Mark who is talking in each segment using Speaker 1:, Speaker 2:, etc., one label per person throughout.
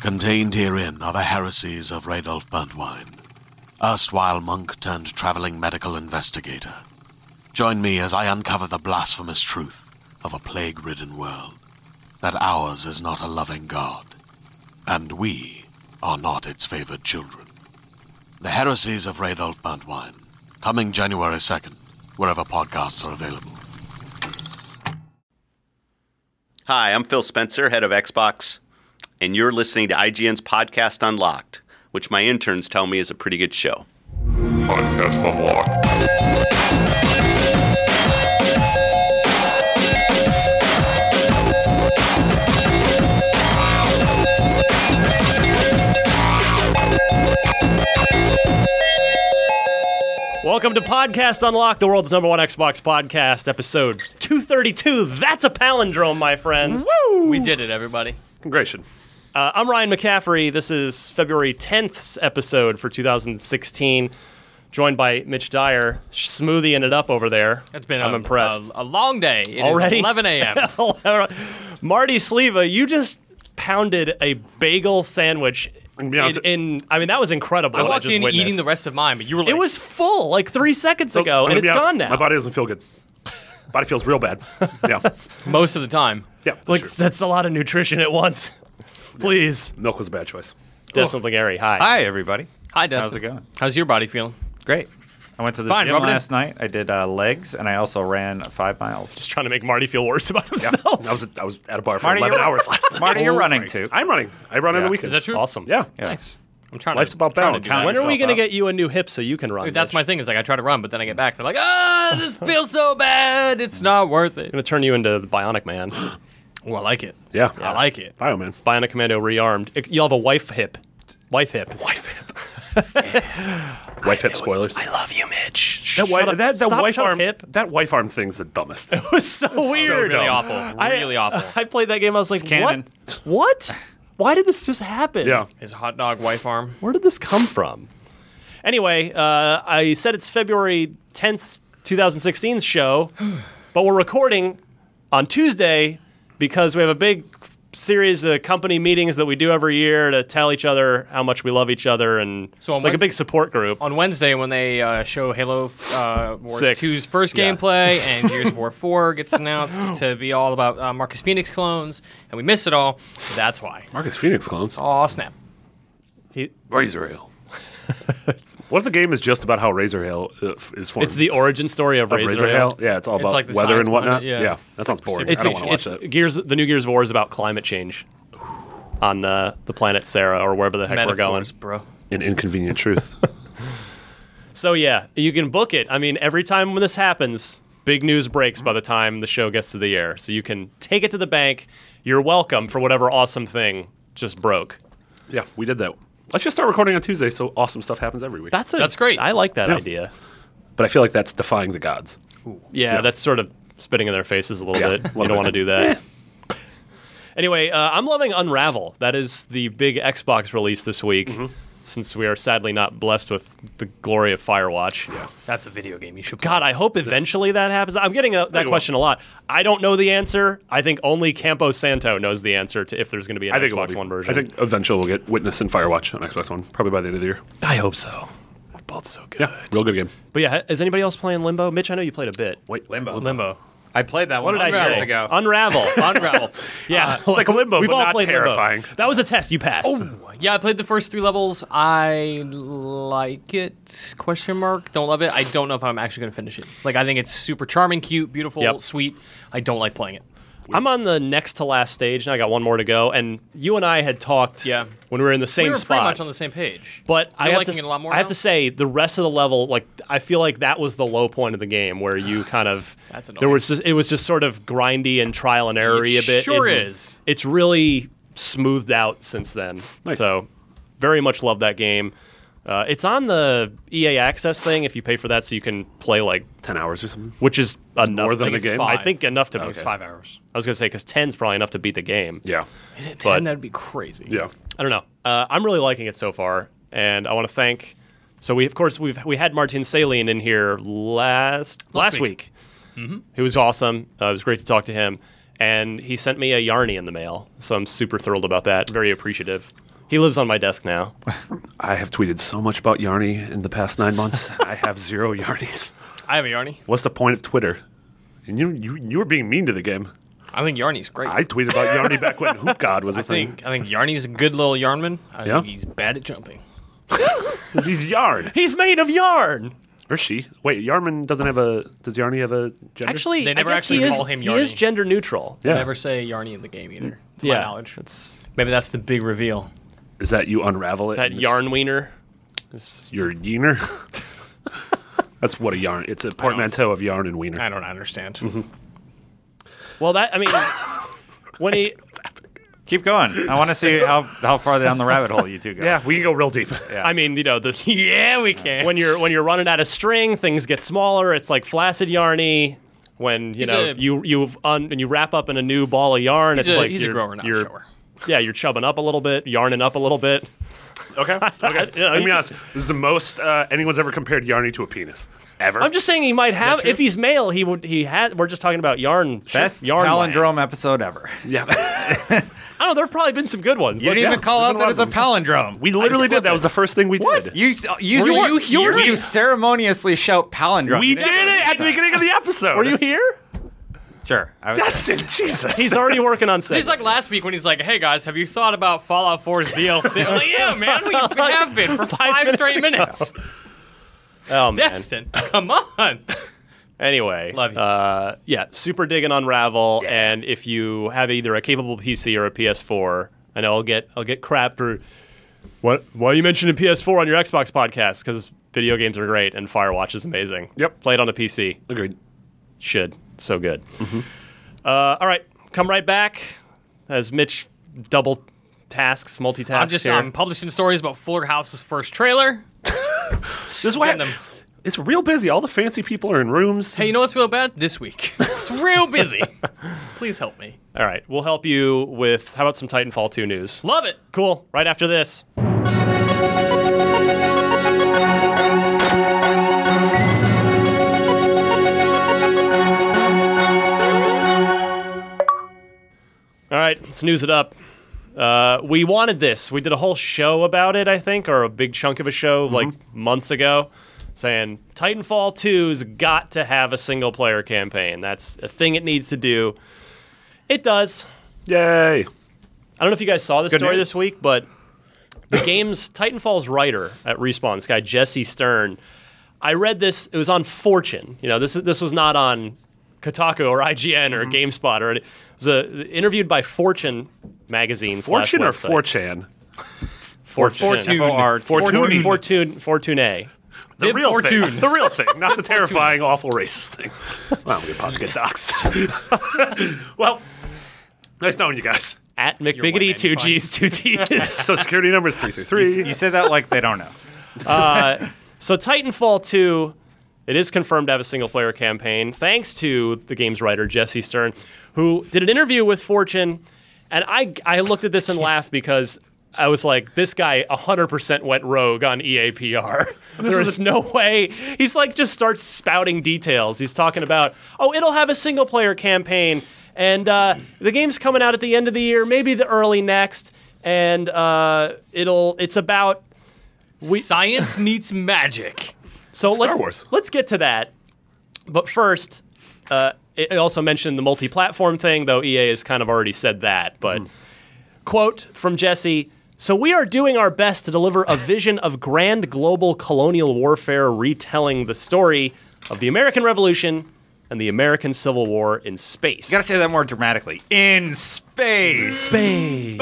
Speaker 1: Contained herein are the heresies of Radolf Burntwine, erstwhile monk turned traveling medical investigator. Join me as I uncover the blasphemous truth of a plague ridden world that ours is not a loving God, and we are not its favored children. The heresies of Radolf Burntwine, coming January 2nd, wherever podcasts are available.
Speaker 2: Hi, I'm Phil Spencer, head of Xbox, and you're listening to IGN's Podcast Unlocked, which my interns tell me is a pretty good show.
Speaker 3: Podcast Unlocked.
Speaker 4: Welcome to Podcast Unlock, the world's number one Xbox podcast, episode 232. That's a palindrome, my friends.
Speaker 5: We did it, everybody.
Speaker 2: Congratulations.
Speaker 4: Uh, I'm Ryan McCaffrey. This is February 10th's episode for 2016. Joined by Mitch Dyer, smoothieing it up over there.
Speaker 5: It's been
Speaker 4: I'm
Speaker 5: a,
Speaker 4: impressed.
Speaker 5: A, a long day. It is
Speaker 4: Already?
Speaker 5: 11 a.m.
Speaker 4: Marty Sleva, you just pounded a bagel sandwich.
Speaker 6: be honest,
Speaker 4: in, in- I mean, that was incredible.
Speaker 5: I
Speaker 4: what
Speaker 5: walked
Speaker 4: just
Speaker 5: in
Speaker 4: witnessed.
Speaker 5: eating the rest of mine, but you were like,
Speaker 4: It was full like three seconds ago,
Speaker 6: I'm
Speaker 4: and
Speaker 6: gonna
Speaker 4: it's
Speaker 6: be honest,
Speaker 4: gone now.
Speaker 6: My body doesn't feel good. Body feels real bad. Yeah,
Speaker 5: most of the time.
Speaker 6: yeah.
Speaker 4: like
Speaker 6: sure.
Speaker 4: that's a lot of nutrition at once. Please,
Speaker 6: milk was a bad choice.
Speaker 4: Destin Legary. Hi.
Speaker 7: Hi, everybody.
Speaker 5: Hi, Dustin.
Speaker 7: How's it going?
Speaker 5: How's your body feeling?
Speaker 7: Great. I went to the
Speaker 5: Fine,
Speaker 7: gym
Speaker 5: rub it in.
Speaker 7: last night. I did uh, legs, and I also ran five miles.
Speaker 4: Just trying to make Marty feel worse about
Speaker 6: Yeah.
Speaker 4: himself.
Speaker 6: I was I was at a bar for
Speaker 7: Marty,
Speaker 6: 11
Speaker 7: you're-
Speaker 6: hours last night.
Speaker 7: Marty, you're
Speaker 6: Oh,
Speaker 7: running
Speaker 6: Christ.
Speaker 7: too.
Speaker 6: I'm running. I run on
Speaker 7: Yeah.
Speaker 6: the weekends.
Speaker 5: Is that true?
Speaker 4: awesome.
Speaker 6: Yeah.
Speaker 5: Nice. I'm trying.
Speaker 6: Life's
Speaker 5: to,
Speaker 6: about
Speaker 5: trying
Speaker 6: balance.
Speaker 5: To do that.
Speaker 4: When are we
Speaker 7: yourself
Speaker 4: gonna
Speaker 7: up.
Speaker 4: get you a new hip so you can run?
Speaker 5: Dude, that's
Speaker 4: Mitch?
Speaker 5: my thing. Is like I try to run, but then I get back and I'm like, ah, this feels so bad. It's not worth it.
Speaker 4: I'm gonna turn you into the Bionic Man,
Speaker 5: Well, I like it.
Speaker 6: Yeah.
Speaker 5: I like it.
Speaker 6: Bio man.
Speaker 4: Bionic Commando rearmed. It- You'll have a wife hip, wife hip.
Speaker 6: Wife hip. Wife hip spoilers.
Speaker 4: I love you, Mitch.
Speaker 6: That, wi-
Speaker 4: Shut up.
Speaker 6: that, that
Speaker 4: Stop,
Speaker 6: wife
Speaker 4: shut up,
Speaker 6: arm
Speaker 4: hip.
Speaker 6: that wife arm thing's the dumbest.
Speaker 4: It was so weird.
Speaker 5: really awful.
Speaker 4: I-
Speaker 5: Really awful.
Speaker 4: I played that game. I was like, what?
Speaker 7: canon.
Speaker 4: What? Why did this just happen?
Speaker 6: yeah.
Speaker 5: His hot dog wife arm.
Speaker 4: Where did this come from? Anyway, uh, I said it's February 10th, 2016's show, but we're recording on Tuesday because we have a big series of company meetings that we do every year to tell each other how much we love each other. And
Speaker 5: So on
Speaker 4: it's like a
Speaker 5: Wed-
Speaker 4: big support group.
Speaker 5: On Wednesday, when they uh, show Halo uh, Wars
Speaker 4: Six.
Speaker 5: 2's first
Speaker 4: Yeah.
Speaker 5: gameplay and Gears of War 4 gets announced to be all about uh, Marcus Phoenix clones, and we missed it all, that's why.
Speaker 6: Marcus Phoenix clones.
Speaker 5: Oh, snap.
Speaker 4: He-
Speaker 6: Razor Hill. what if the game is just about how Razor Hill uh, f- is formed?
Speaker 4: it's the origin story of,
Speaker 6: of Razor Hill. Yeah, it's all
Speaker 5: It's
Speaker 6: about
Speaker 5: like the
Speaker 6: weather
Speaker 5: science
Speaker 6: and whatnot.
Speaker 5: behind it, yeah.
Speaker 6: that sounds boring.
Speaker 5: It's
Speaker 6: I don't want to watch
Speaker 4: It's,
Speaker 6: that.
Speaker 4: it's Gears. The new Gears of War is about climate change on uh, the planet Sarah or wherever the heck we're going.
Speaker 5: Metaphors, bro.
Speaker 6: An inconvenient truth.
Speaker 4: So yeah, you can book it. I mean, every time when this happens, big news breaks by the time the show gets to the air. So you can take it to the bank. You're welcome for whatever awesome thing just broke.
Speaker 6: yeah, we did that. Let's just start recording on Tuesday, so awesome stuff happens every week.
Speaker 4: That's a,
Speaker 5: That's great.
Speaker 4: I like that
Speaker 6: Yeah.
Speaker 4: idea.
Speaker 6: but I feel like that's defying the gods.
Speaker 4: Yeah, that's sort of spitting in their faces a little
Speaker 6: Yeah,
Speaker 4: bit.
Speaker 6: a little
Speaker 4: You don't
Speaker 6: bit.
Speaker 4: want to do that. anyway, uh, I'm loving Unravel. That is the big Xbox release this week. Since we are sadly not blessed with the glory of Firewatch.
Speaker 5: That's a video game. You should.
Speaker 4: God, I hope eventually that happens. I'm getting a, that
Speaker 6: will.
Speaker 4: question a lot. I don't know the answer. I think only Campo Santo knows the answer to if there's going to be an
Speaker 6: I think it will
Speaker 4: Xbox
Speaker 6: be.
Speaker 4: One version.
Speaker 6: I think eventually we'll get Witness and Firewatch on Xbox One, probably by the end of the year.
Speaker 4: I hope so. They're both so good.
Speaker 6: Yeah, real good game.
Speaker 4: But yeah, is anybody else playing Limbo? Mitch, I know you played a bit.
Speaker 6: Wait,
Speaker 5: Limbo.
Speaker 4: I played that
Speaker 6: What
Speaker 4: one
Speaker 6: did I
Speaker 4: years
Speaker 6: say?
Speaker 4: ago.
Speaker 6: Unravel.
Speaker 5: Unravel.
Speaker 6: yeah, Uh, it's like Limbo,
Speaker 4: we've
Speaker 6: but
Speaker 4: all
Speaker 6: not
Speaker 4: played Limbo.
Speaker 6: terrifying. Oh, That was a test. You passed.
Speaker 5: yeah, I played the first three levels. I like it. Question mark. Don't love it. I don't know if I'm actually going to finish it. Like, I think it's super charming, cute, beautiful,
Speaker 4: Yep.
Speaker 5: sweet. I don't like playing it.
Speaker 4: I'm on the next to last stage, and I got one more to go. And you and I had talked
Speaker 5: Yeah.
Speaker 4: when we were in the same
Speaker 5: we were
Speaker 4: spot.
Speaker 5: pretty much on the same page.
Speaker 4: But I
Speaker 5: You're
Speaker 4: have, to,
Speaker 5: liking it a lot more
Speaker 4: I have
Speaker 5: now?
Speaker 4: to say, the rest of the level, like I feel like that was the low point of the game where you kind of
Speaker 5: Ah, That's annoying.
Speaker 4: there was just, it was just sort of grindy and trial and error a bit.
Speaker 5: sure
Speaker 4: it's,
Speaker 5: is.
Speaker 4: It's really smoothed out since then. So very much love that game. Uh, it's on the EA Access thing if you pay for that, so you can play like
Speaker 6: Ten hours or something.
Speaker 4: which is enough
Speaker 6: More than
Speaker 4: to-
Speaker 6: the game?
Speaker 4: I think enough to
Speaker 5: It
Speaker 4: be.
Speaker 5: was five hours.
Speaker 4: I was gonna say because ten's probably enough to beat the game.
Speaker 6: Yeah.
Speaker 5: Is it
Speaker 4: But-
Speaker 5: ten? That'd be crazy.
Speaker 6: Yeah.
Speaker 4: I don't know. Uh, I'm really liking it so far, and I want to thank. So we of course we've we had Martin Saline in here last last, week. Mm-hmm.
Speaker 5: week.
Speaker 4: He was awesome. Uh, it was great to talk to him, and he sent me a Yarny in the mail, so I'm super thrilled about that. Very appreciative. He lives on my desk now.
Speaker 6: I have tweeted so much about Yarny in the past nine months. I have zero Yarnies.
Speaker 5: I have a Yarny.
Speaker 6: What's the point of Twitter? And you, you, you were being mean to the game.
Speaker 5: I think Yarny's great.
Speaker 6: I tweeted about Yarny back when Hoop God was a
Speaker 5: I
Speaker 6: thing.
Speaker 5: think I think Yarny's a good little yarnman. I
Speaker 6: Yeah.
Speaker 5: think he's bad at jumping.
Speaker 6: 'Cause he's Yarn.
Speaker 4: He's made of yarn.
Speaker 6: Or she. Wait, Yarman doesn't have a. Does Yarny have a gender?
Speaker 4: Actually,
Speaker 5: They never
Speaker 4: I guess
Speaker 5: actually
Speaker 4: he is,
Speaker 5: call him
Speaker 4: he is
Speaker 5: Yarny.
Speaker 4: gender neutral.
Speaker 6: yeah.
Speaker 5: Never say Yarny in the game either, to
Speaker 4: yeah,
Speaker 5: my knowledge.
Speaker 4: That's
Speaker 5: Maybe that's the big reveal.
Speaker 6: Is that you unravel it?
Speaker 4: that
Speaker 6: and it's
Speaker 4: yarn wiener.
Speaker 6: Your yeaner? That's what a yarn. It's a portmanteau of yarn and wiener.
Speaker 5: I don't understand.
Speaker 4: Well, that I mean, when he
Speaker 7: Keep going. I want to see how, how far down the rabbit hole you two go.
Speaker 6: Yeah, we can go real deep.
Speaker 4: I mean, you know, this
Speaker 5: yeah, we can.
Speaker 4: when you're when you're running out of string, things get smaller. It's like flaccid yarny. When you
Speaker 5: He's
Speaker 4: know
Speaker 5: a-
Speaker 4: you you un, and you wrap up in a new ball of yarn,
Speaker 5: he's
Speaker 4: it's
Speaker 5: a,
Speaker 4: like
Speaker 5: he's a
Speaker 4: you're,
Speaker 5: grower, not a
Speaker 4: you're-
Speaker 5: shower.
Speaker 4: Yeah, you're chubbing up a little bit, yarning up a little bit.
Speaker 6: Okay. Okay.
Speaker 4: know,
Speaker 6: I
Speaker 4: you-
Speaker 6: mean, honest, this is the most uh, anyone's ever compared yarny to a penis. Ever.
Speaker 4: I'm just saying he might have.
Speaker 6: true?
Speaker 4: If he's male, he would. He had. We're just talking about yarn.
Speaker 7: Best
Speaker 4: yarn. land.
Speaker 7: palindrome episode ever.
Speaker 6: Yeah.
Speaker 4: I don't know. There've probably been some good ones.
Speaker 7: You
Speaker 4: Let's-
Speaker 7: didn't even call out
Speaker 6: There's been a
Speaker 7: that it's a palindrome.
Speaker 6: we literally did. That was the first thing we did.
Speaker 7: You uh, you
Speaker 5: Were you
Speaker 7: you,
Speaker 5: here?
Speaker 7: you ceremoniously shout palindrome.
Speaker 6: we
Speaker 7: You
Speaker 6: did
Speaker 7: didn't-
Speaker 6: it at the beginning of the episode.
Speaker 4: Were you here?
Speaker 7: Sure. I was,
Speaker 6: Dustin, Jesus.
Speaker 4: He's already working on
Speaker 5: He's
Speaker 4: segments.
Speaker 5: like last week when he's like, "Hey guys, have you thought about Fallout 4's DLC?" I'm like, yeah, man, we have been for five,
Speaker 4: minutes
Speaker 5: straight
Speaker 4: ago.
Speaker 5: minutes.
Speaker 4: oh, man.
Speaker 5: Destin, come on.
Speaker 4: Anyway,
Speaker 5: Love you.
Speaker 4: Uh, yeah, super digging Unravel, and if you have either a capable PC or a PS4, I know I'll get I'll get crap for what? Why are you mentioning PS4 on your Xbox podcast? Because video games are great, and Firewatch is amazing.
Speaker 6: Yep.
Speaker 4: play it on a PC.
Speaker 6: Agreed.
Speaker 4: Should so good.
Speaker 5: Mm-hmm.
Speaker 4: Uh, all right, come right back as Mitch double tasks, multitasks.
Speaker 5: I'm just
Speaker 4: here.
Speaker 5: I'm publishing stories about Fuller House's first trailer.
Speaker 6: This is why
Speaker 5: Getting them.
Speaker 6: it's real busy. All the fancy people are in rooms.
Speaker 5: Hey, you know what's real bad this week? It's real busy. Please help me.
Speaker 4: all right, we'll help you with how about some Titanfall 2 news?
Speaker 5: Love it.
Speaker 4: Cool. Right after this. All right, let's news it up. Uh, we wanted this. We did a whole show about it, I think, or a big chunk of a show like months ago, saying Titanfall 2's got to have a single player campaign. That's a thing it needs to do. It does.
Speaker 6: Yay.
Speaker 4: I don't know if you guys saw this
Speaker 6: good
Speaker 4: story
Speaker 6: news.
Speaker 4: this week, but the game's Titanfall's writer at Respawn, this guy Jesse Stern. I read this. It was on Fortune. You know, this is this was not on Kotaku or IGN or GameSpot or it was a, interviewed by Fortune magazine. slash
Speaker 6: Fortune or
Speaker 4: website.
Speaker 6: 4chan?
Speaker 4: Fortune?
Speaker 7: F-O-R-T.
Speaker 4: Fortune.
Speaker 6: Fortune.
Speaker 4: Fortune. Fortune. A.
Speaker 6: The
Speaker 5: Bib
Speaker 6: real
Speaker 5: Fortune.
Speaker 6: thing. The real thing. Not the terrifying, awful racist thing. Wow, we're about to get doxxed. well, nice knowing you guys.
Speaker 4: At
Speaker 5: white
Speaker 4: McBiggity,
Speaker 5: man,
Speaker 4: two
Speaker 5: you're fine.
Speaker 4: G's, two T's.
Speaker 6: So security number is 333.
Speaker 7: You said that like they don't know.
Speaker 4: So Titanfall 2, it is confirmed to have a single player campaign, thanks to the game's writer, Jesse Stern, who did an interview with Fortune. And I, I looked at this and laughed because I was like, this guy 100% went rogue on E EAPR. There
Speaker 6: was
Speaker 4: is no way. He's like, just starts spouting details. He's talking about, oh, it'll have a single player campaign. And uh, the game's coming out at the end of the year, maybe the early next. And uh, it'll, it's about
Speaker 5: Science meets magic.
Speaker 4: So
Speaker 6: Star
Speaker 4: let's
Speaker 6: Wars.
Speaker 4: let's get to that. But first, uh, it it also mentioned the multi-platform thing, though EA has kind of already said that.
Speaker 6: Hmm.
Speaker 4: But quote from Jesse. So we are doing our best to deliver a vision of grand global colonial warfare retelling the story of the American Revolution and the American Civil War in space.
Speaker 7: You gotta say that more dramatically. In space.
Speaker 4: Space.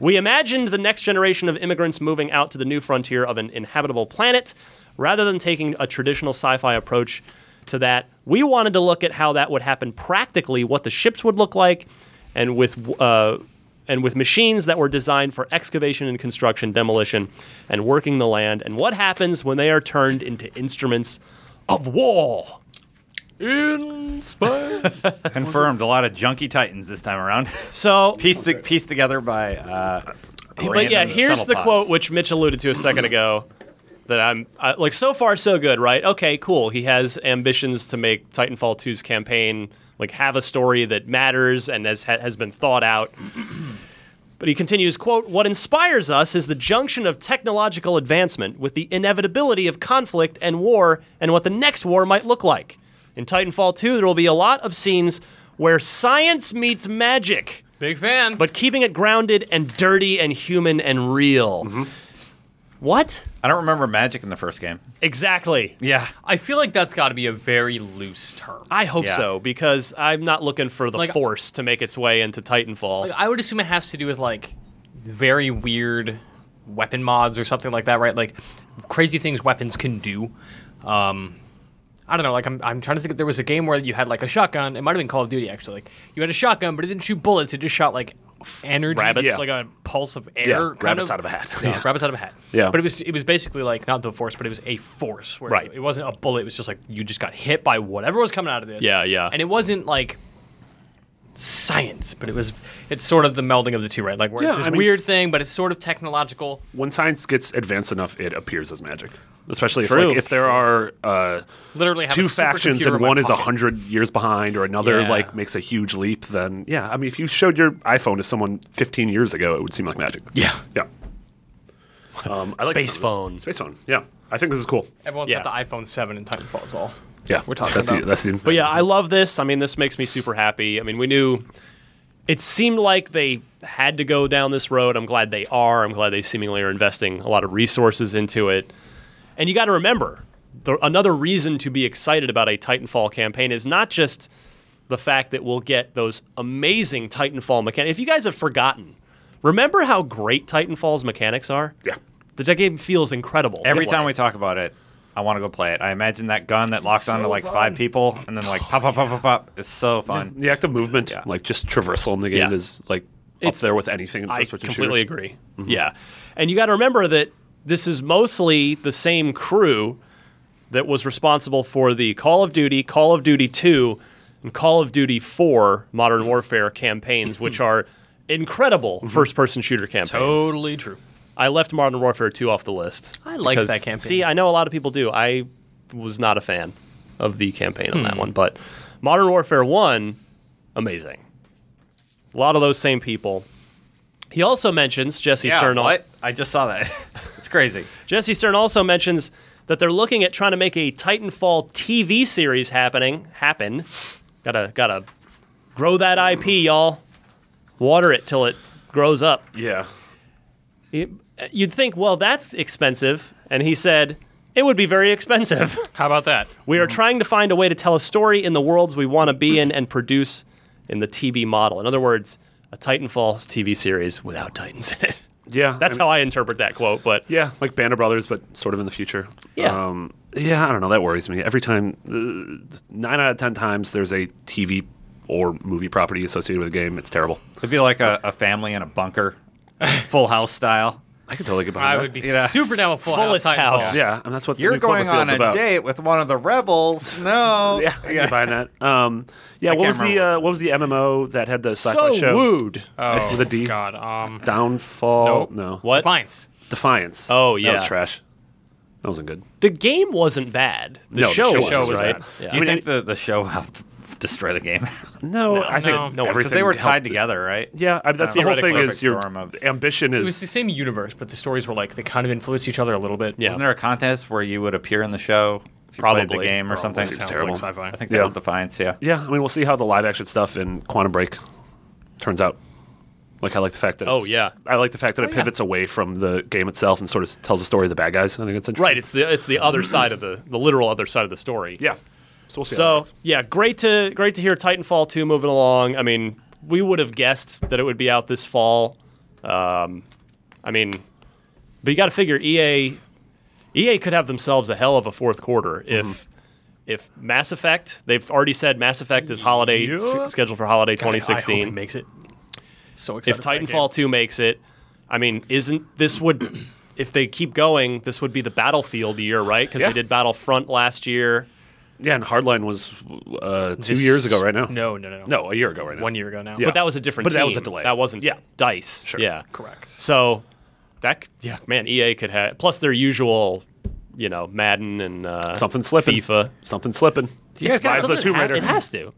Speaker 4: we imagined the next generation of immigrants moving out to the new frontier of an inhabitable planet rather than taking a traditional sci fi approach to that. We wanted to look at how that would happen practically, what the ships would look like, and with. Uh, and with machines that were designed for excavation and construction, demolition, and working the land, and what happens when they are turned into instruments of war.
Speaker 5: In space.
Speaker 7: Confirmed a lot of junky titans this time around.
Speaker 4: So,
Speaker 7: pieced, to, pieced together by. Uh,
Speaker 4: but yeah,
Speaker 7: random
Speaker 4: here's
Speaker 7: shuttle
Speaker 4: the
Speaker 7: pods.
Speaker 4: quote which Mitch alluded to a second ago. That I'm I, like so far so good, right? Okay, cool. He has ambitions to make Titanfall 2's campaign like have a story that matters and has has been thought out. But he continues, quote, "What inspires us is the junction of technological advancement with the inevitability of conflict and war and what the next war might look like. In Titanfall 2, there will be a lot of scenes where science meets magic."
Speaker 5: Big fan.
Speaker 4: but keeping it grounded and dirty and human and real. What?
Speaker 7: I don't remember magic in the first game.
Speaker 4: Exactly.
Speaker 7: Yeah.
Speaker 5: I feel like that's got to be a very loose term.
Speaker 4: I hope
Speaker 7: Yeah.
Speaker 4: so because I'm not looking for the
Speaker 5: Like-
Speaker 4: force to make its way into Titanfall.
Speaker 5: Like, I would assume it has to do with like very weird weapon mods or something like that, right? Like crazy things weapons can do. Um, I don't know. Like I'm, I'm trying to think. There was a game where you had like a shotgun. It might have been Call of Duty actually. Like you had a shotgun, but it didn't shoot bullets. It just shot like energy,
Speaker 4: Rabbits.
Speaker 5: like a pulse of air.
Speaker 6: Yeah,
Speaker 5: kind
Speaker 6: rabbits
Speaker 5: of.
Speaker 6: out of a hat.
Speaker 5: Yeah, rabbits out of a hat.
Speaker 6: Yeah.
Speaker 5: but it was it was basically like not the force, but it was a force. Where
Speaker 4: Right.
Speaker 5: It wasn't a bullet. It was just like you just got hit by whatever was coming out of this.
Speaker 4: Yeah, yeah.
Speaker 5: And it wasn't like science, but it was it's sort of the melding of the two, right? Like where
Speaker 6: Yeah,
Speaker 5: it's this
Speaker 6: I mean,
Speaker 5: weird
Speaker 6: it's-
Speaker 5: thing, but it's sort of technological.
Speaker 6: When science gets advanced enough, it appears as magic. Especially if,
Speaker 4: True.
Speaker 6: like, if there are uh,
Speaker 5: Literally have a
Speaker 6: two
Speaker 5: supercomputer
Speaker 6: factions
Speaker 5: in
Speaker 6: and
Speaker 5: my
Speaker 6: one is a
Speaker 5: pocket.
Speaker 6: hundred years behind, or another
Speaker 5: Yeah.
Speaker 6: like makes a huge leap. Then yeah, I mean, if you showed your iPhone to someone 15 years ago, it would seem like magic.
Speaker 5: Yeah.
Speaker 6: yeah. Um, I like
Speaker 4: Space
Speaker 6: this.
Speaker 4: phone.
Speaker 6: Space phone. Yeah, I think this is cool.
Speaker 5: Everyone's
Speaker 4: Yeah.
Speaker 5: got the iPhone seven and Titanfall is all.
Speaker 6: Yeah, we're talking that's
Speaker 5: about-
Speaker 6: The, that's the.
Speaker 4: But yeah, I love this. I mean, this makes me super happy. I mean, we knew it seemed like they had to go down this road. I'm glad they are. I'm glad they seemingly are investing a lot of resources into it. And you got to remember, the, another reason to be excited about a Titanfall campaign is not just the fact that we'll get those amazing Titanfall mechanics. If you guys have forgotten, remember how great Titanfall's mechanics are?
Speaker 6: Yeah.
Speaker 4: The game feels incredible.
Speaker 7: Every
Speaker 4: It-
Speaker 7: time we talk about it, I want to go play it. I imagine that gun that locks onto like five people and then like pop, pop, pop, pop, pop. It's so fun.
Speaker 6: The active movement, like just traversal in the game,
Speaker 4: Yeah.
Speaker 6: is like
Speaker 4: It's-
Speaker 6: up there with anything. In
Speaker 4: I
Speaker 6: first-person
Speaker 4: completely
Speaker 6: shooters.
Speaker 4: agree. Yeah, and you got to remember that this is mostly the same crew that was responsible for the Call of Duty, Call of Duty Two, and Call of Duty Four Modern Warfare campaigns, which are incredible first-person shooter campaigns.
Speaker 5: Totally true.
Speaker 4: I left Modern Warfare Two off the list.
Speaker 5: I liked
Speaker 4: because-
Speaker 5: that campaign.
Speaker 4: See, I know a lot of people do. I was not a fan of the campaign on
Speaker 5: Hmm.
Speaker 4: that one, but Modern Warfare One, amazing. A lot of those same people. He also mentions Jesse Stern. Also,
Speaker 7: what? I just saw that. it's crazy.
Speaker 4: Jesse Stern also mentions that they're looking at trying to make a Titanfall TV series happening happen. Gotta gotta grow that IP, y'all. Water it till it grows up.
Speaker 6: Yeah.
Speaker 4: It- you'd think, well, that's expensive, and he said it would be very expensive.
Speaker 5: How about that?
Speaker 4: we are trying to find a way to tell a story in the worlds we want to be in and produce in the TV model. In other words, a Titanfall TV series without Titans in it.
Speaker 6: Yeah.
Speaker 4: That's
Speaker 6: I mean-
Speaker 4: how I interpret that quote, but
Speaker 6: Yeah, like Banner Brothers, but sort of in the future.
Speaker 4: Yeah.
Speaker 6: Um, yeah, I don't know. That worries me. Every time, uh, nine out of ten times, there's a TV or movie property associated with a game. It's terrible.
Speaker 7: It'd be like a, a family in a bunker, full house style.
Speaker 6: I could totally get behind
Speaker 5: I
Speaker 6: that.
Speaker 5: would be
Speaker 7: Yeah.
Speaker 5: super down with full
Speaker 4: Fullest
Speaker 5: House. Titanfall.
Speaker 4: House.
Speaker 6: Yeah, and that's what the
Speaker 7: You're
Speaker 6: new
Speaker 7: going
Speaker 6: Cloverfield's
Speaker 7: on a
Speaker 6: about.
Speaker 7: date with one of the rebels. No.
Speaker 6: Yeah, I can buy that. Um, yeah, what
Speaker 7: can't
Speaker 6: was the
Speaker 7: remember
Speaker 6: uh,
Speaker 7: what-
Speaker 6: what was the MMO that had the sci-fi
Speaker 4: so
Speaker 6: show? Uh,
Speaker 4: wooed.
Speaker 5: Oh,
Speaker 6: With a D.
Speaker 5: God. Um,
Speaker 6: Downfall.
Speaker 5: Nope.
Speaker 6: No.
Speaker 4: What?
Speaker 5: Defiance.
Speaker 6: Defiance.
Speaker 4: Oh,
Speaker 6: that
Speaker 4: yeah.
Speaker 6: was trash. That wasn't good.
Speaker 4: The game wasn't bad. The
Speaker 6: No, the
Speaker 4: show,
Speaker 6: show
Speaker 4: was,
Speaker 6: was
Speaker 4: right.
Speaker 6: bad.
Speaker 4: Yeah.
Speaker 7: Do you think the, the show helped destroy the game?
Speaker 6: No, I think
Speaker 5: no. No, 'cause
Speaker 7: Because
Speaker 6: everything
Speaker 7: they were
Speaker 6: helped
Speaker 7: tied
Speaker 6: it.
Speaker 7: together, right?
Speaker 6: Yeah, I mean, that's the whole thing.
Speaker 7: Theoretically.
Speaker 6: Is your
Speaker 7: Storm of-
Speaker 6: ambition
Speaker 5: It was
Speaker 6: is
Speaker 5: the same universe, but the stories were like they kind of influenced each other a little bit.
Speaker 4: Yeah.
Speaker 7: Isn't there a contest where you would appear in the show If you played
Speaker 4: Probably.
Speaker 7: the game or something.
Speaker 6: Seems
Speaker 5: Sounds
Speaker 6: terrible.
Speaker 5: like sci-fi.
Speaker 7: I think that
Speaker 6: Yeah.
Speaker 7: was Defiance. Yeah.
Speaker 6: Yeah, I mean, we'll see how the live action stuff in Quantum Break turns out. Like, I like the fact that.
Speaker 4: Oh,
Speaker 6: it's-
Speaker 4: yeah.
Speaker 6: I like the fact that it
Speaker 5: Oh, yeah.
Speaker 6: pivots away from the game itself and sort of tells the story of the bad guys. I think it's interesting.
Speaker 4: Right, it's the it's the other side of the the literal other side of the story.
Speaker 6: Yeah. So we'll see. how
Speaker 4: So
Speaker 6: that goes.
Speaker 4: yeah, great to great to hear Titanfall two moving along. I mean, we would have guessed that it would be out this fall. Um, I mean, but you got to figure EA EA could have themselves a hell of a fourth quarter
Speaker 5: Mm-hmm.
Speaker 4: if if Mass Effect they've already said Mass Effect is holiday s-
Speaker 5: Yeah.
Speaker 4: scheduled for holiday
Speaker 5: God, I hope he
Speaker 4: 2016.
Speaker 5: makes it. So excited.
Speaker 4: if
Speaker 5: for that game.
Speaker 4: Titanfall two makes it, I mean, isn't this would if they keep going, this would be the Battlefield year, right? Because
Speaker 6: Yeah.
Speaker 4: they did Battlefront last year.
Speaker 6: Yeah, and Hardline was uh, two
Speaker 5: This-
Speaker 6: years ago, right now.
Speaker 5: No, no, no, no.
Speaker 6: No, a year ago, right now.
Speaker 5: One year ago now.
Speaker 6: Yeah.
Speaker 4: But that was a different.
Speaker 6: But that
Speaker 4: team.
Speaker 6: was a delay.
Speaker 4: That wasn't.
Speaker 6: Yeah.
Speaker 4: Dice. Sure. Yeah.
Speaker 5: Correct.
Speaker 4: So that c- yeah, man, EA could have plus their usual, you know, Madden and uh,
Speaker 6: Something slipping.
Speaker 4: FIFA.
Speaker 6: Something slipping.
Speaker 4: Yeah, it's got-
Speaker 6: Buys the
Speaker 4: doesn't it
Speaker 6: Tomb
Speaker 4: have-
Speaker 6: Raider.
Speaker 4: It has to.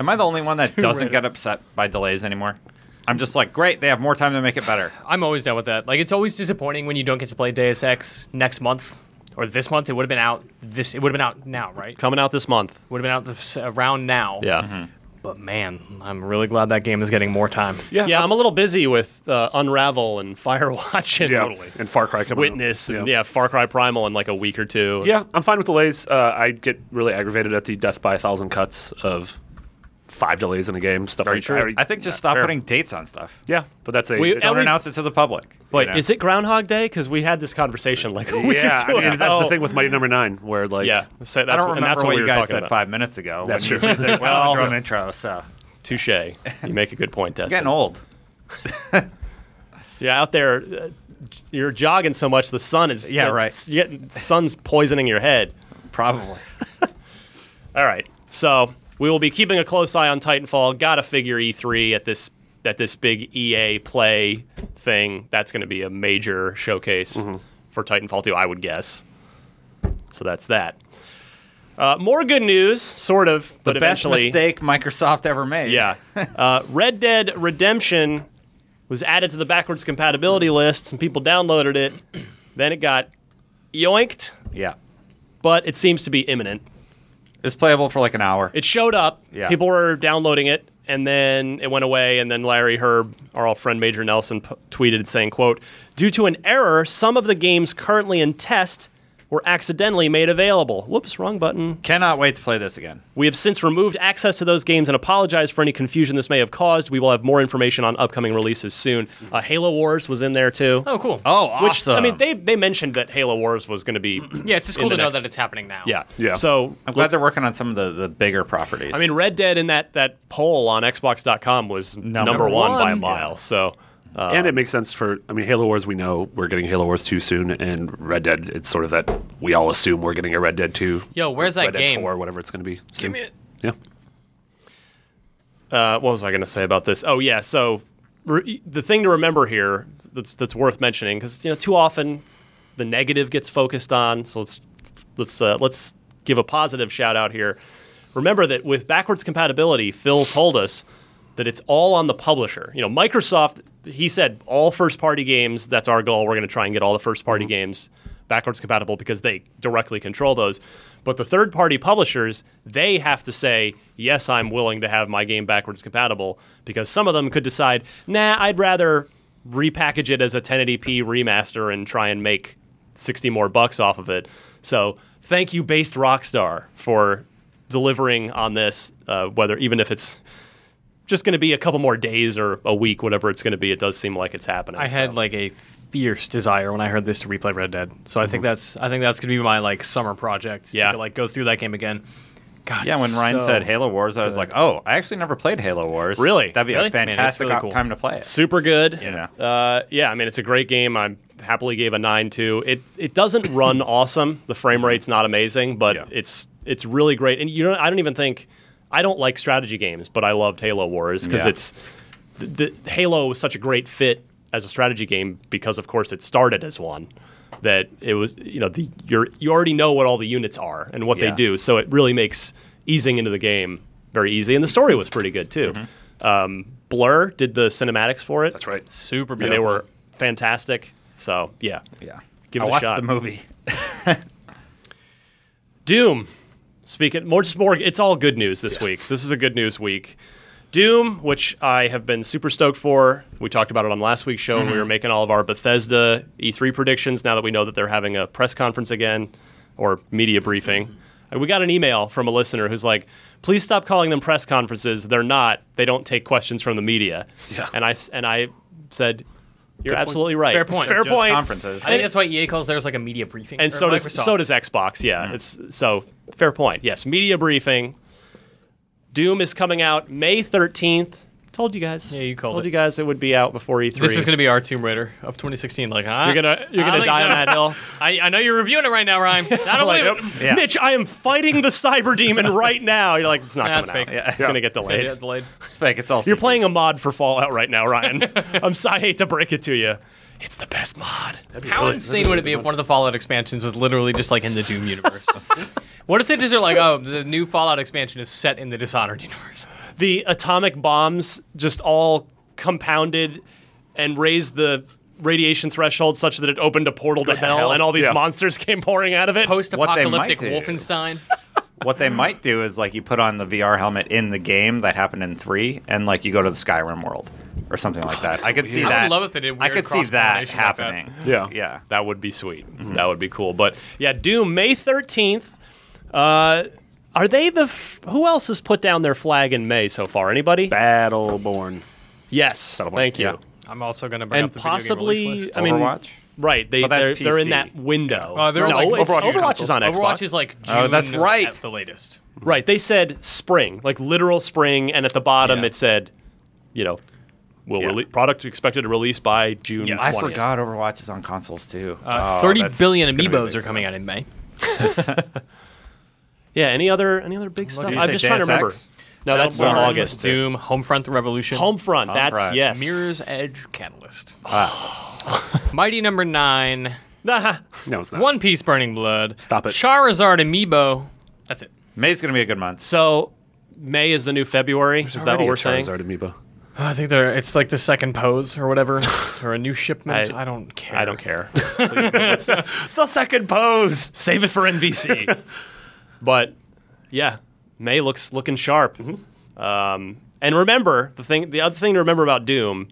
Speaker 7: Am I the only one that doesn't get upset by delays anymore? I'm just like, great, they have more time to make it better.
Speaker 5: I'm always down with that. Like it's always disappointing when you don't get to play Deus Ex next month or this month. It would have been out. This it would have been out now, right?
Speaker 4: Coming out this month.
Speaker 5: Would have been out this, around
Speaker 7: Mm-hmm.
Speaker 5: now.
Speaker 4: Yeah.
Speaker 5: But man, I'm really glad that game is getting more time.
Speaker 4: yeah. I'm a little busy with uh, Unravel and Firewatch and
Speaker 6: Yeah, and Far Cry coming out.
Speaker 4: Witness and yeah. Far Cry Primal in like a week or two.
Speaker 6: Yeah, I'm fine with delays. Uh, I get really aggravated at the death by a thousand cuts of five delays in a game. Stuff like
Speaker 4: true.
Speaker 6: that.
Speaker 7: I think just stop putting dates on stuff.
Speaker 6: Yeah, but that's a.
Speaker 4: We-
Speaker 6: it's-
Speaker 4: and
Speaker 7: Don't
Speaker 4: we-
Speaker 7: announce it to the public.
Speaker 4: Wait,
Speaker 7: you know?
Speaker 4: is it Groundhog Day? Because we had this conversation like a week
Speaker 6: yeah,
Speaker 4: or
Speaker 6: I
Speaker 4: two
Speaker 6: mean,
Speaker 4: ago.
Speaker 6: that's the thing with Mighty Number Nine, where like
Speaker 4: Oh. Yeah, so that's,
Speaker 7: I don't
Speaker 4: and
Speaker 7: remember
Speaker 4: that's
Speaker 7: what
Speaker 4: we
Speaker 7: you
Speaker 4: were
Speaker 7: guys
Speaker 4: talking
Speaker 7: said
Speaker 4: about.
Speaker 7: five minutes ago.
Speaker 6: That's
Speaker 7: when
Speaker 6: true.
Speaker 7: You did the
Speaker 4: Well-
Speaker 7: drum intro. So
Speaker 4: Touche. You make a good point, Destin.
Speaker 7: getting old.
Speaker 4: You're out there, uh, j- you're jogging so much, the sun is
Speaker 7: Yeah,
Speaker 4: you're-
Speaker 7: right.
Speaker 4: You're getting, sun's poisoning your head.
Speaker 7: Probably.
Speaker 4: All right, so we will be keeping a close eye on Titanfall. Got to figure E3 at this at this big EA play thing. That's going to be a major showcase
Speaker 7: Mm-hmm.
Speaker 4: for Titanfall 2, I would guess. So that's that. Uh, more good news, sort of,
Speaker 7: the
Speaker 4: but
Speaker 7: best
Speaker 4: eventually.
Speaker 7: mistake Microsoft ever made.
Speaker 4: Yeah. Uh, Red Dead Redemption was added to the backwards compatibility list. Some people downloaded it. Then it got yoinked,
Speaker 7: Yeah.
Speaker 4: but it seems to be imminent.
Speaker 7: It's playable for like an hour.
Speaker 4: It showed up.
Speaker 7: Yeah.
Speaker 4: People were downloading it, and then it went away. And then Larry Herb, our old friend Major Nelson, p- tweeted saying, "quote Due to an error, some of the games currently in test." Were accidentally made available. Whoops, wrong button.
Speaker 7: Cannot wait to play this again.
Speaker 4: We have since removed access to those games and apologize for any confusion this may have caused. We will have more information on upcoming releases soon. Uh, Halo Wars was in there too.
Speaker 5: Oh, cool.
Speaker 7: Oh, awesome.
Speaker 4: Which I mean, they they mentioned that Halo Wars was going to be
Speaker 5: yeah. It's just
Speaker 4: in
Speaker 5: cool
Speaker 4: the
Speaker 5: to know
Speaker 4: next-
Speaker 5: that it's happening now.
Speaker 4: yeah
Speaker 6: Yeah.
Speaker 4: So
Speaker 7: I'm glad they're working on some of the, the bigger properties.
Speaker 4: I mean, Red Dead in that that poll on Xbox.com was number, one, by a
Speaker 5: one.
Speaker 4: mile. So
Speaker 6: and it makes sense for. I mean, Halo Wars. We know we're getting Halo Wars two soon, and Red Dead. It's sort of that we all assume we're getting a Red Dead two.
Speaker 5: Yo, where's that
Speaker 6: Red
Speaker 5: game?
Speaker 6: Dead four, whatever it's going to be. Give me it. Yeah.
Speaker 4: uh, what was I going to say about this? Oh yeah, so re- the thing to remember here that's that's worth mentioning because you know too often the negative gets focused on. So let's let's uh, let's give a positive shout out here. Remember that with backwards compatibility, Phil told us that it's all on the publisher. You know, Microsoft. He said all first party games. That's our goal. We're going to try and get all the first party games backwards compatible because they directly control those. But the third party publishers, they have to say, yes, I'm willing to have my game backwards compatible because some of them could decide, nah, I'd rather repackage it as a 1080p remaster and try and make 60 more bucks off of it. So thank you, based Rockstar, for delivering on this, uh, whether even if it's just going to be a couple more days or a week, whatever it's going to be, it does seem like it's happening.
Speaker 5: I had like a fierce desire when I heard this to replay Red Dead. So I think that's I think that's gonna be my like summer project. is
Speaker 4: Mm-hmm. Yeah.
Speaker 5: To, like go through that game again. God.
Speaker 7: yeah, when
Speaker 5: it's
Speaker 7: Ryan
Speaker 5: so-
Speaker 7: said Halo Wars, I was like, oh, I actually never played Halo Wars.
Speaker 4: Really?
Speaker 7: That'd be
Speaker 5: Really?
Speaker 7: a
Speaker 5: Man, that's
Speaker 7: fantastic
Speaker 5: really
Speaker 7: o-
Speaker 5: cool.
Speaker 7: time to play it.
Speaker 4: super good.
Speaker 7: You know.
Speaker 4: Uh, yeah, I mean it's a great game. I happily gave a nine to it. It doesn't run awesome. The frame rate's not amazing, but
Speaker 7: Yeah.
Speaker 4: it's it's really great. And you don't. I don't even think I don't like strategy games, but I loved Halo Wars because
Speaker 7: Yeah.
Speaker 4: it's the, the Halo was such a great fit as a strategy game because of course it started as one. That it was you know the you're you already know what all the units are and what
Speaker 7: Yeah.
Speaker 4: they do, so it really makes easing into the game very easy. And the story was pretty good too. Um, Blur did the cinematics for it.
Speaker 6: That's right.
Speaker 5: super
Speaker 4: And they
Speaker 5: beautiful.
Speaker 4: were fantastic. So yeah,
Speaker 7: yeah.
Speaker 4: Give
Speaker 7: I
Speaker 4: it a
Speaker 7: watched
Speaker 4: shot.
Speaker 7: the movie.
Speaker 4: Doom. Speaking more, just more. It's all good news this week. This is a good news week. Doom, which I have been super stoked for. We talked about it on last week's show, and we were making all of our Bethesda E3 predictions. Now that we know that they're having a press conference again or media briefing, And we got an email from a listener who's like, "Please stop calling them press conferences. They're not. They don't take questions from the media."
Speaker 6: Yeah.
Speaker 4: And I s- and I said, "You're absolutely right.
Speaker 5: Fair point.
Speaker 4: Fair
Speaker 5: Just
Speaker 4: point.
Speaker 7: conferences.
Speaker 5: I think that's why EA calls theirs like a media briefing.
Speaker 4: and
Speaker 5: or
Speaker 4: so does
Speaker 5: Microsoft. Hmm.
Speaker 4: so does Xbox. Yeah, it's so fair point. Yes, media briefing. Doom is coming out May thirteenth. Told you guys.
Speaker 5: Yeah, you called
Speaker 4: Told
Speaker 5: it.
Speaker 4: you guys it would be out before E3.
Speaker 5: This is going to be our Tomb Raider of 2016. Like, huh?
Speaker 4: You're gonna you're
Speaker 5: I
Speaker 4: gonna
Speaker 5: think
Speaker 4: die on
Speaker 5: so.
Speaker 4: that hill.
Speaker 5: I, I know you're reviewing it right now, Ryan. I don't
Speaker 4: Like,
Speaker 5: believe it.
Speaker 4: nope.
Speaker 7: Yeah.
Speaker 4: Mitch, I am fighting the cyber demon right now. You're like, it's not
Speaker 5: Nah, it's
Speaker 4: coming out.
Speaker 5: fake.
Speaker 4: Yeah, it's gonna get
Speaker 5: It's gonna
Speaker 4: delayed.
Speaker 5: get delayed.
Speaker 7: It's fake. It's all.
Speaker 4: You're
Speaker 7: CG.
Speaker 4: playing a mod for Fallout right now, Ryan. I'm sorry, I hate to break it to you. It's the best mod.
Speaker 5: How insane would it be if one of the Fallout expansions was literally just like in the Doom universe? what if they just are like, oh, the new Fallout expansion is set in the Dishonored universe?
Speaker 4: the atomic bombs just all compounded and raised the radiation threshold such that it opened a portal to hell, and all these
Speaker 6: Yeah.
Speaker 4: monsters came pouring out of it.
Speaker 5: Post-apocalyptic
Speaker 7: What they might do.
Speaker 5: Wolfenstein.
Speaker 7: What they might do is like you put on the VR helmet in the game that happened in three, and like you go to the Skyrim world or something
Speaker 4: Oh,
Speaker 7: like that. I could see
Speaker 5: I would
Speaker 7: that.
Speaker 5: love if they did
Speaker 7: I
Speaker 5: weird
Speaker 7: could see that
Speaker 5: cross-pollination like that.
Speaker 7: happening.
Speaker 6: Yeah.
Speaker 7: yeah.
Speaker 4: that would be sweet. That would be cool. But yeah, Doom May 13th. Uh are they the f- who else has put down their flag in May so far? Anybody?
Speaker 6: Battleborn.
Speaker 4: Yes. Thank you.
Speaker 7: yeah.
Speaker 5: I'm also going to bring
Speaker 4: And
Speaker 5: up the video game release
Speaker 4: possibly
Speaker 5: list.
Speaker 4: I mean
Speaker 7: Overwatch?
Speaker 4: Right. They
Speaker 7: But that's
Speaker 4: they're, they're in
Speaker 7: PC.
Speaker 4: that window.
Speaker 5: Uh, they're
Speaker 4: no,
Speaker 5: like-
Speaker 4: it's-
Speaker 6: Overwatch
Speaker 4: Overwatch,
Speaker 6: is
Speaker 4: is on Xbox.
Speaker 5: Overwatch is like June
Speaker 7: Oh, that's right.
Speaker 5: at the latest.
Speaker 4: Right. They said spring, like literal spring, and at the bottom
Speaker 5: Yeah.
Speaker 4: it said, you know, will rele- product expected to release by June.
Speaker 5: Yeah, I
Speaker 7: I
Speaker 4: 20th.
Speaker 7: forgot Overwatch is on consoles too.
Speaker 5: Uh,
Speaker 7: Oh,
Speaker 5: 30
Speaker 7: that's
Speaker 5: billion
Speaker 7: gonna be
Speaker 5: amiibos
Speaker 7: big.
Speaker 5: are coming out in May.
Speaker 4: Yeah. Any other any other big stuff?
Speaker 7: Did you
Speaker 4: I'm
Speaker 7: say
Speaker 4: just trying to
Speaker 7: JSX?
Speaker 4: remember. No, Oh, that's
Speaker 5: Bloodborne,
Speaker 4: not August.
Speaker 5: Doom, Homefront Revolution,
Speaker 4: Homefront. that's
Speaker 7: Homefront.
Speaker 4: yes.
Speaker 5: Mirror's Edge, Catalyst, Mighty Number Nine,
Speaker 4: Nah,
Speaker 6: No, it's not.
Speaker 5: One Piece, Burning Blood.
Speaker 6: Stop it.
Speaker 5: Charizard Amiibo. That's it.
Speaker 7: May's gonna be a good month.
Speaker 4: so May is the new February. is that what we're saying?
Speaker 6: Charizard amiibo.
Speaker 5: I think they're, it's like the second pose or whatever, or a new shipment.
Speaker 4: I-
Speaker 5: I, don't care.
Speaker 4: I don't care.
Speaker 6: The second pose.
Speaker 4: Save it for NBC. but yeah, May looks looking sharp. Um, and remember the thing. The other thing to remember about Doom,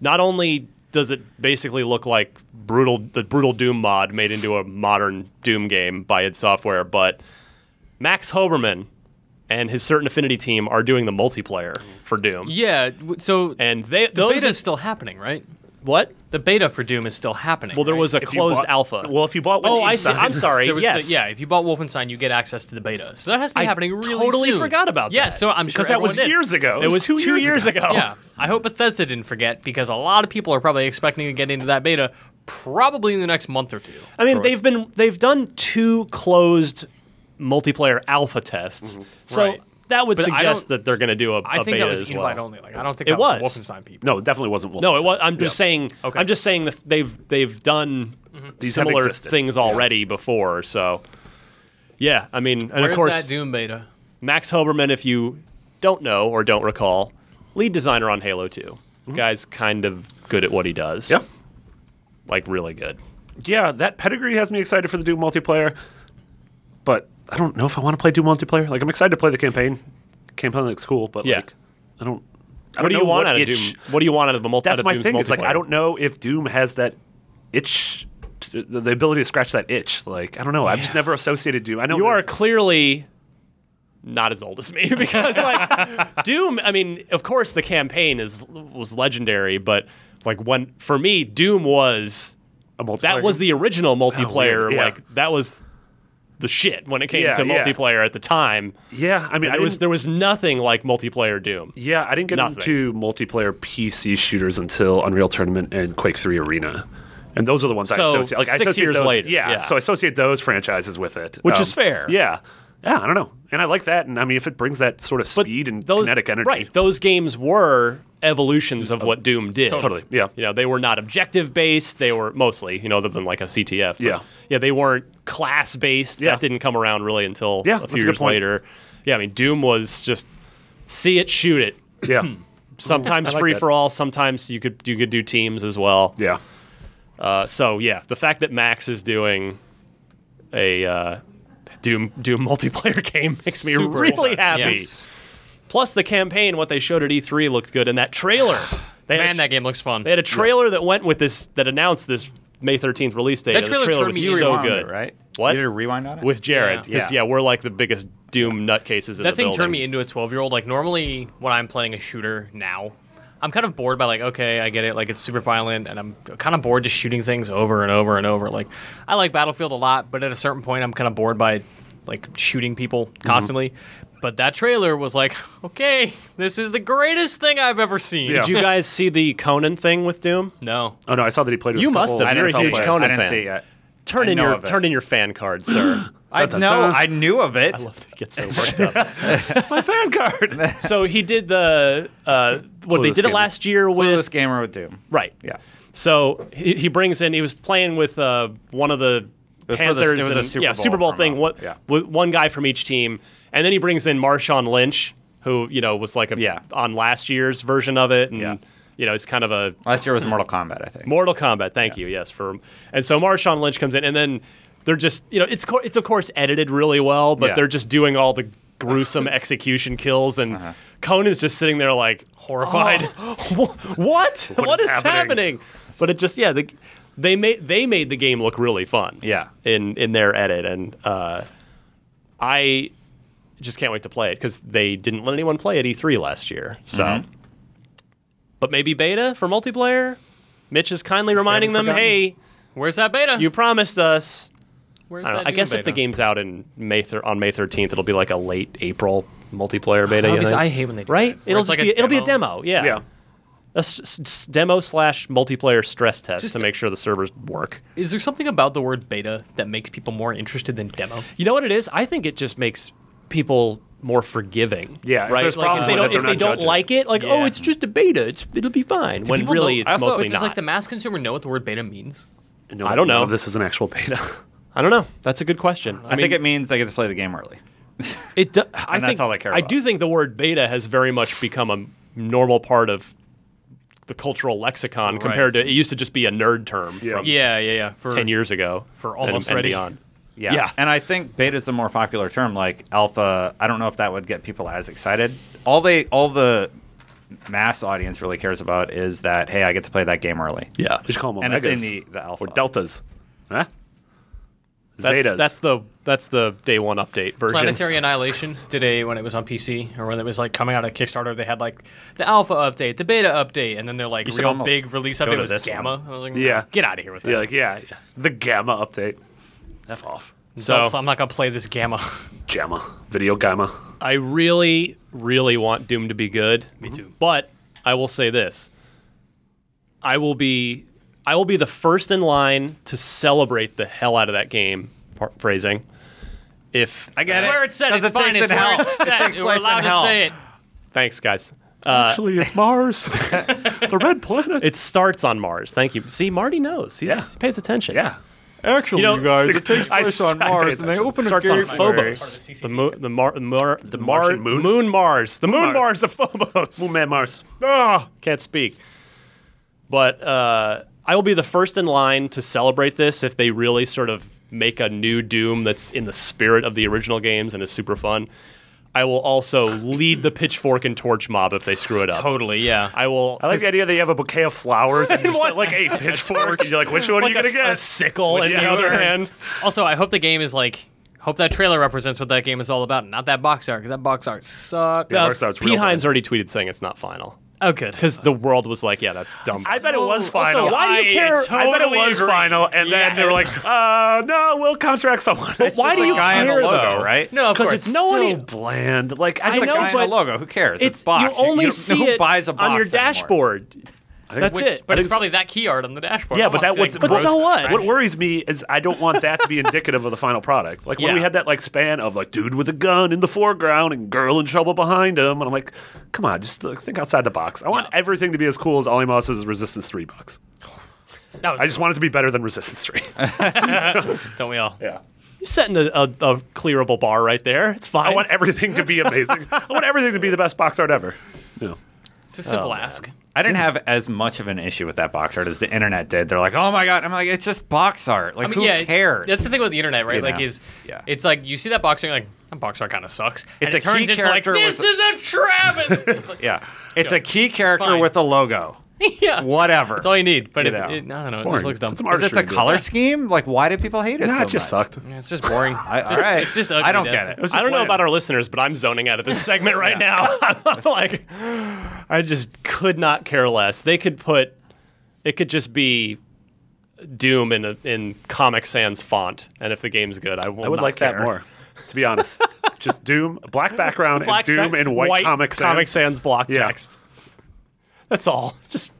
Speaker 4: not only does it basically look like brutal the brutal Doom mod made into a modern Doom game by id Software, but Max Hoberman and his certain affinity team are doing the multiplayer for Doom.
Speaker 5: Yeah. w- So
Speaker 4: And they
Speaker 5: the
Speaker 4: those
Speaker 5: beta is still happening, right?
Speaker 4: what?
Speaker 5: The beta for Doom is still happening.
Speaker 4: Well, there
Speaker 5: right?
Speaker 4: was a
Speaker 6: If you
Speaker 4: closed
Speaker 6: bought-
Speaker 4: alpha.
Speaker 6: Well, if you bought
Speaker 4: oh, I see.
Speaker 6: Wolfenstein-
Speaker 4: I'm sorry.
Speaker 5: There was
Speaker 4: yes.
Speaker 5: the- yeah, if you bought Wolfenstein, you get access to the beta. So that has to be
Speaker 4: I
Speaker 5: happening really
Speaker 4: totally
Speaker 5: soon.
Speaker 4: forgot about
Speaker 5: Yeah,
Speaker 4: that.
Speaker 5: so I'm sure
Speaker 6: Because that was
Speaker 5: everyone did.
Speaker 6: years ago.
Speaker 4: It was two, years, ago.
Speaker 5: Yeah. I hope Bethesda didn't forget because a lot of people are probably expecting to get into that beta probably in the next month or two.
Speaker 4: I mean, they've been they've done two closed multiplayer alpha tests, so
Speaker 5: Mm-hmm. Right.
Speaker 4: that would
Speaker 5: But I
Speaker 4: suggest
Speaker 5: don't-
Speaker 4: that they're going to do a
Speaker 5: I
Speaker 4: a
Speaker 5: think
Speaker 4: beta
Speaker 5: that was
Speaker 4: as
Speaker 5: invite
Speaker 4: well.
Speaker 5: only. Like I don't think
Speaker 4: It
Speaker 5: that was,
Speaker 4: was.
Speaker 5: Wolfenstein people.
Speaker 6: No, it definitely wasn't Wolfenstein.
Speaker 4: No, it was, I'm just
Speaker 6: Yeah.
Speaker 4: saying.
Speaker 5: Okay. Mm-hmm.
Speaker 4: I'm just saying that they've they've done
Speaker 6: These have
Speaker 4: similar
Speaker 6: existed.
Speaker 4: things already before. So, yeah, I mean, and
Speaker 5: Where's
Speaker 4: of course,
Speaker 5: that Doom beta?
Speaker 4: Max Hoberman, if you don't know or don't recall, lead designer on Halo 2.
Speaker 5: Mm-hmm.
Speaker 4: Guy's kind of good at what he does.
Speaker 6: Yeah.
Speaker 4: like really good.
Speaker 6: uh, Yeah, that pedigree has me excited for the Doom multiplayer, but I don't know if I want to play Doom multiplayer. Like, I'm excited to play the campaign. Campaign looks cool, but
Speaker 4: Yeah.
Speaker 6: like, I don't. I
Speaker 4: What do
Speaker 6: don't
Speaker 4: you
Speaker 6: know
Speaker 4: want
Speaker 6: what
Speaker 4: out of
Speaker 6: itch-
Speaker 4: Doom? What do you want out of the multi? out
Speaker 6: That's
Speaker 4: of
Speaker 6: my
Speaker 4: Doom's
Speaker 6: thing. It's like I
Speaker 4: multiplayer?
Speaker 6: don't know if Doom has that itch, t- the the ability to scratch that itch. Like, I don't know. I've just never associated Doom. I know
Speaker 4: you are clearly not as old as me because like Doom. I mean, of course, the campaign is was legendary, but like when for me, Doom was
Speaker 6: a multiplayer.
Speaker 4: that was the original multiplayer.
Speaker 6: weird. Yeah.
Speaker 4: Like that was the shit when it came
Speaker 6: Yeah,
Speaker 4: to
Speaker 6: yeah.
Speaker 4: multiplayer at the time.
Speaker 6: yeah. I mean, I
Speaker 4: It was
Speaker 6: was
Speaker 4: there was nothing like multiplayer Doom.
Speaker 6: yeah. I didn't get
Speaker 4: nothing.
Speaker 6: into multiplayer PC shooters until Unreal Tournament and Quake Three Arena. And those are the ones I
Speaker 4: So,
Speaker 6: associate. Like, I
Speaker 4: six
Speaker 6: associate
Speaker 4: years
Speaker 6: those-
Speaker 4: later,
Speaker 6: Yeah,
Speaker 4: yeah.
Speaker 6: So I associate those franchises with it, Um,
Speaker 4: Which is fair.
Speaker 6: Yeah, yeah. I don't know, and I like that. And I mean, if it brings that sort of
Speaker 4: But
Speaker 6: speed and
Speaker 4: those,
Speaker 6: kinetic energy,
Speaker 4: Right. Those games were evolutions of what Doom did.
Speaker 6: Totally, yeah.
Speaker 4: You know, they were not objective based. They were mostly, you know, other than like a CTF. but
Speaker 6: Yeah.
Speaker 4: Yeah, they weren't class based.
Speaker 6: Yeah.
Speaker 4: That didn't come around really until
Speaker 6: Yeah,
Speaker 4: a
Speaker 6: that's
Speaker 4: few
Speaker 6: a good
Speaker 4: years
Speaker 6: point.
Speaker 4: later. Yeah, I mean, Doom was just see it, shoot it.
Speaker 6: Yeah,
Speaker 4: Sometimes
Speaker 6: I like
Speaker 4: free
Speaker 6: that.
Speaker 4: for all. Sometimes you could you could do teams as well.
Speaker 6: yeah.
Speaker 4: Uh, so yeah, the fact that Max is doing a uh, Doom Doom multiplayer game makes me
Speaker 5: Super
Speaker 4: really
Speaker 5: excited.
Speaker 4: happy.
Speaker 5: Yes.
Speaker 4: Plus the campaign, what they showed at E3 looked good, and that trailer. They had a
Speaker 5: Man,
Speaker 4: tr-
Speaker 5: that game looks fun.
Speaker 4: They had a trailer that went with this that announced this May 13th release date.
Speaker 5: That
Speaker 4: and
Speaker 5: trailer
Speaker 4: the trailer
Speaker 5: turned
Speaker 4: was
Speaker 5: me
Speaker 4: so
Speaker 5: on,
Speaker 4: good,
Speaker 7: right?
Speaker 4: What?
Speaker 7: You did a rewind on it?
Speaker 4: With Jared,
Speaker 5: Yeah.
Speaker 4: because yeah.
Speaker 7: Yeah.
Speaker 4: we're like the biggest Doom nutcases in the
Speaker 5: that thing
Speaker 4: building.
Speaker 5: turned me into a 12 year old like normally when i'm playing a shooter now i'm kind of bored by like okay i get it like it's super violent and i'm kind of bored just shooting things over and over and over like i like battlefield a lot but at a certain point i'm kind of bored by like shooting people
Speaker 4: Mm-hmm.
Speaker 5: constantly but that trailer was like okay this is the greatest thing i've ever seen
Speaker 6: Yeah.
Speaker 4: Did you guys see the Conan thing with Doom?
Speaker 5: no
Speaker 6: Oh no, I saw that he played. With
Speaker 4: You
Speaker 6: a
Speaker 4: must
Speaker 6: couple-
Speaker 4: have.
Speaker 7: I
Speaker 4: You're
Speaker 7: didn't
Speaker 4: a
Speaker 7: see
Speaker 4: huge
Speaker 7: it.
Speaker 4: Conan
Speaker 7: I didn't
Speaker 4: fan.
Speaker 7: see it yet.
Speaker 4: Turn
Speaker 7: I
Speaker 4: in
Speaker 7: know
Speaker 4: your
Speaker 7: of it.
Speaker 4: turn in your fan card, sir.
Speaker 7: I know. I knew of it.
Speaker 4: Get so worked up.
Speaker 6: my fan card.
Speaker 4: So he did the uh, what they
Speaker 6: Clueless
Speaker 4: did it
Speaker 6: Gamer.
Speaker 4: last year with
Speaker 7: Clueless gamer with Doom.
Speaker 4: right.
Speaker 7: Yeah.
Speaker 4: So he, he brings in. He was playing with uh, one of the
Speaker 7: was for the-
Speaker 4: Panthers
Speaker 7: it was
Speaker 4: and
Speaker 7: a Super
Speaker 4: yeah
Speaker 7: Bowl
Speaker 4: Super Bowl
Speaker 7: promo.
Speaker 4: thing. One,
Speaker 7: Yeah.
Speaker 4: with one guy from each team, and then he brings in Marshawn Lynch, who you know was like a
Speaker 7: Yeah.
Speaker 4: on last year's version of it, and
Speaker 7: Yeah.
Speaker 4: you know it's kind of a
Speaker 7: Last year was Mortal Kombat, I think.
Speaker 4: Mortal Kombat. Thank you. Yes, for and so Marshawn Lynch comes in, and then they're just you know it's co- it's of course edited really well, but
Speaker 7: Yeah.
Speaker 4: they're just doing all the gruesome execution kills, and Conan's just sitting there like horrified. Uh-huh. what? What, what is,
Speaker 6: is
Speaker 4: happening?
Speaker 6: happening?
Speaker 4: But it just yeah the, they made they made the game look really fun.
Speaker 7: Yeah.
Speaker 4: in in their edit, and uh, I just can't wait to play it because they didn't let anyone play at E3 last year, so.
Speaker 5: Mm-hmm.
Speaker 4: But maybe beta for multiplayer. Mitch is kindly reminding them,
Speaker 7: forgotten.
Speaker 4: "Hey,
Speaker 5: where's that beta
Speaker 4: you promised us."
Speaker 5: where's
Speaker 4: I, don't know.
Speaker 5: that
Speaker 4: I
Speaker 5: Doom
Speaker 4: guess if the
Speaker 5: beta?
Speaker 4: game's out in May thir- on May thirteenth, it'll be like a late April multiplayer beta. you
Speaker 5: Oh, Obviously,
Speaker 4: think?
Speaker 5: I hate when they do
Speaker 4: right.
Speaker 5: that, where
Speaker 4: It'll
Speaker 5: it's
Speaker 4: just
Speaker 5: like a
Speaker 4: be it'll be a
Speaker 5: demo.
Speaker 4: demo. Yeah,
Speaker 6: yeah.
Speaker 4: a s- s- s- demo slash multiplayer stress test
Speaker 5: Just-
Speaker 4: to make sure the servers work.
Speaker 5: is there something about the word beta that makes people more interested than demo
Speaker 4: You know what it is? I think it just makes people more forgiving.
Speaker 6: Yeah, if
Speaker 4: right.
Speaker 6: there's
Speaker 4: like if
Speaker 6: problems
Speaker 4: they
Speaker 6: with
Speaker 4: don't
Speaker 6: it,
Speaker 4: if
Speaker 6: they're
Speaker 4: they
Speaker 6: not
Speaker 4: don't
Speaker 6: judging.
Speaker 4: like it, like oh,
Speaker 5: Yeah.
Speaker 4: it's just a beta. It's, it'll be fine. when
Speaker 5: people
Speaker 4: really,
Speaker 5: know-
Speaker 4: it's
Speaker 7: I also-
Speaker 4: mostly
Speaker 5: Does
Speaker 4: not.
Speaker 5: like the mass consumer know what the word beta means
Speaker 6: No,
Speaker 4: I don't know.
Speaker 6: none of Oh, This is an actual beta.
Speaker 4: I don't know. That's a good question.
Speaker 7: I, think it means they get to play the game early.
Speaker 4: It do, I
Speaker 7: And that's
Speaker 4: think,
Speaker 7: all I care about.
Speaker 4: do think the word beta has very much become a normal part of the cultural lexicon compared to
Speaker 5: Right.
Speaker 4: it used to just be a nerd term
Speaker 6: Yeah.
Speaker 4: from
Speaker 5: yeah yeah yeah for
Speaker 4: 10 years ago
Speaker 5: for
Speaker 4: and-
Speaker 5: almost
Speaker 4: and
Speaker 5: ready.
Speaker 4: beyond.
Speaker 7: Yeah.
Speaker 4: Yeah.
Speaker 7: And I think beta is the more popular term. Like alpha, I don't know if that would get people as excited. All they, all the mass audience really cares about is that hey, I get to play that game early.
Speaker 4: Yeah.
Speaker 6: We should call them
Speaker 7: And it's
Speaker 6: omegas
Speaker 7: in the- the alpha.
Speaker 6: or deltas, huh?
Speaker 4: That's,
Speaker 6: Zetas.
Speaker 4: that's the that's the day one update version.
Speaker 5: Planetary Annihilation did a when it was on PC or when it was like coming out of Kickstarter. They had like the alpha update, the beta update, and then their like
Speaker 7: You should
Speaker 5: real
Speaker 7: almost
Speaker 5: big release
Speaker 7: go
Speaker 5: update
Speaker 7: to
Speaker 5: was
Speaker 7: this
Speaker 5: Gamma.
Speaker 7: one.
Speaker 5: I was like,
Speaker 6: Yeah.
Speaker 5: get out of here with that.
Speaker 6: You're like, yeah, yeah. the gamma update. F off.
Speaker 5: so
Speaker 4: So
Speaker 5: I'm not gonna play this Gamma.
Speaker 6: Gamma. Video gamma.
Speaker 4: I really, really want Doom to be good. Me too. But I will say this: I will be, I will be the first in line to celebrate the hell out of that game. Par- phrasing. If
Speaker 7: I get
Speaker 5: it's
Speaker 7: it.
Speaker 5: where it's said.
Speaker 7: Because
Speaker 5: It's
Speaker 7: it
Speaker 5: fine.
Speaker 7: takes
Speaker 5: It's
Speaker 7: in
Speaker 5: where
Speaker 7: hell.
Speaker 5: it's
Speaker 7: It
Speaker 5: said.
Speaker 7: takes
Speaker 5: We're
Speaker 7: place
Speaker 5: allowed
Speaker 7: in
Speaker 5: to
Speaker 7: hell.
Speaker 5: say it.
Speaker 4: thanks, guys.
Speaker 6: Actually, it's Mars. the red planet.
Speaker 4: It starts on Mars. Thank you. See, Marty knows. He's,
Speaker 6: Yeah.
Speaker 4: He pays attention.
Speaker 6: yeah.
Speaker 3: Actually,
Speaker 4: You
Speaker 3: you,
Speaker 4: know,
Speaker 3: guys, it takes
Speaker 6: I-
Speaker 3: place
Speaker 6: I
Speaker 3: on
Speaker 6: paid
Speaker 3: Mars, and they
Speaker 6: attention.
Speaker 3: open a
Speaker 4: starts on
Speaker 3: gateway.
Speaker 4: Phobos. The, mo- the, mar- the, mar- the Mar-
Speaker 6: Martian moon?
Speaker 4: moon Mars. The moon Mars,
Speaker 6: Mars.
Speaker 4: of Phobos.
Speaker 6: Moon Man Mars.
Speaker 4: Ah, can't speak. But uh, I will be the first in line to celebrate this if they really sort of make a new Doom that's in the spirit of the original games and is super fun. I will also lead the pitchfork and torch mob if they screw it up.
Speaker 5: Totally. Yeah.
Speaker 4: I will.
Speaker 6: I like the idea that you have a bouquet of flowers and you just, like a pitchfork. and you're like, which one are you
Speaker 4: like
Speaker 6: gonna
Speaker 4: a, a
Speaker 6: get?
Speaker 4: sickle in
Speaker 6: Which
Speaker 4: the
Speaker 6: you
Speaker 4: other
Speaker 6: other-
Speaker 4: hand.
Speaker 5: Also, I hope the game is like. Hope that trailer represents what that game is all about, and not that box art, because that box art sucks.
Speaker 6: Yeah.
Speaker 4: Uh,
Speaker 6: works out, it's
Speaker 4: Pete
Speaker 6: real
Speaker 4: Hines already tweeted saying it's not final
Speaker 5: Oh, good.
Speaker 4: because the world was like, yeah, that's dumb.
Speaker 6: I bet it was final.
Speaker 4: Also, why do you
Speaker 5: I
Speaker 4: care?
Speaker 5: totally-
Speaker 6: I bet it was
Speaker 5: agree.
Speaker 6: final, and then they were like, uh, no, we'll contract someone.
Speaker 4: But why do
Speaker 7: The
Speaker 4: you
Speaker 7: guy
Speaker 4: care
Speaker 7: in the logo,
Speaker 4: though?
Speaker 7: right?
Speaker 5: No, of
Speaker 4: Because
Speaker 5: course.
Speaker 4: it's no
Speaker 6: so
Speaker 4: one.
Speaker 6: bland. Like
Speaker 4: I
Speaker 6: I,
Speaker 7: The
Speaker 4: know,
Speaker 7: guy in the
Speaker 4: but
Speaker 7: logo. Who cares?
Speaker 4: It's
Speaker 7: box.
Speaker 4: you only
Speaker 7: don't-
Speaker 4: see
Speaker 7: who
Speaker 4: it
Speaker 7: buys a box
Speaker 4: on your
Speaker 7: anymore?
Speaker 4: dashboard. That's
Speaker 5: Which-
Speaker 4: it.
Speaker 5: But it's probably that key art on the dashboard.
Speaker 6: yeah,
Speaker 5: I'm
Speaker 6: but
Speaker 5: not
Speaker 6: that what's
Speaker 5: saying
Speaker 4: But
Speaker 5: it's
Speaker 4: so
Speaker 5: gross.
Speaker 4: what?
Speaker 6: What worries me is I don't want that to be indicative of the final product. Like when we
Speaker 5: Yeah.
Speaker 6: had that like span of like dude with a gun in the foreground and girl in trouble behind him, and I'm like, come on, just like, think outside the box. I want everything to be as cool as Ollie Moss's Resistance Three box.
Speaker 5: That was
Speaker 6: I just want it to be better than Resistance Three.
Speaker 5: Don't we all?
Speaker 6: yeah.
Speaker 4: You're setting a, a, a clearable bar right there. It's fine.
Speaker 6: I want everything to be amazing. I want everything to be the best box art ever. Yeah.
Speaker 5: It's a simple ask.
Speaker 7: I didn't have as much of an issue with that box art as the internet did. They're like, "Oh my god!" I'm like, "It's just box art. Like,
Speaker 5: I mean,
Speaker 7: who
Speaker 5: yeah, it's-
Speaker 7: cares?"
Speaker 5: That's the thing with the internet, right?
Speaker 7: You
Speaker 5: like,
Speaker 7: know?
Speaker 5: is
Speaker 7: Yeah.
Speaker 5: it's like you see that box art, you're like, that box art kind of sucks.
Speaker 7: It's
Speaker 5: and it
Speaker 7: a key
Speaker 5: turns into like,
Speaker 7: character with
Speaker 5: this
Speaker 7: a-
Speaker 5: is a travesty. Like,
Speaker 7: yeah, it's a key character
Speaker 5: fine.
Speaker 7: with a logo.
Speaker 5: yeah,
Speaker 7: Whatever.
Speaker 5: That's all you need. But if,
Speaker 7: You
Speaker 5: it,
Speaker 7: know.
Speaker 5: I don't know, it
Speaker 6: boring.
Speaker 5: just looks dumb.
Speaker 6: Put some
Speaker 7: Is
Speaker 6: artistry
Speaker 7: it the
Speaker 6: into
Speaker 7: color scheme? Like, why do people hate it?
Speaker 6: Nah,
Speaker 7: so
Speaker 6: it just
Speaker 7: much?
Speaker 6: sucked.
Speaker 5: Yeah, It's just boring.
Speaker 7: I-
Speaker 5: Just-
Speaker 7: all right.
Speaker 5: It's just ugly.
Speaker 7: I don't
Speaker 5: Dustin.
Speaker 7: get it.
Speaker 4: I don't know
Speaker 6: bland.
Speaker 4: about our listeners, but I'm zoning out of this segment right now. I'm like, I just could not care less. They could put, it could just be Doom in a, in Comic Sans font, and if the game's good, I will.
Speaker 6: I would
Speaker 4: not
Speaker 6: like
Speaker 4: care.
Speaker 6: that more, to be honest. Just Doom, black background,
Speaker 4: Black
Speaker 6: and Doom
Speaker 4: text-
Speaker 6: and white, comic sans.
Speaker 4: Sans block
Speaker 6: Yeah.
Speaker 4: text. That's all. Just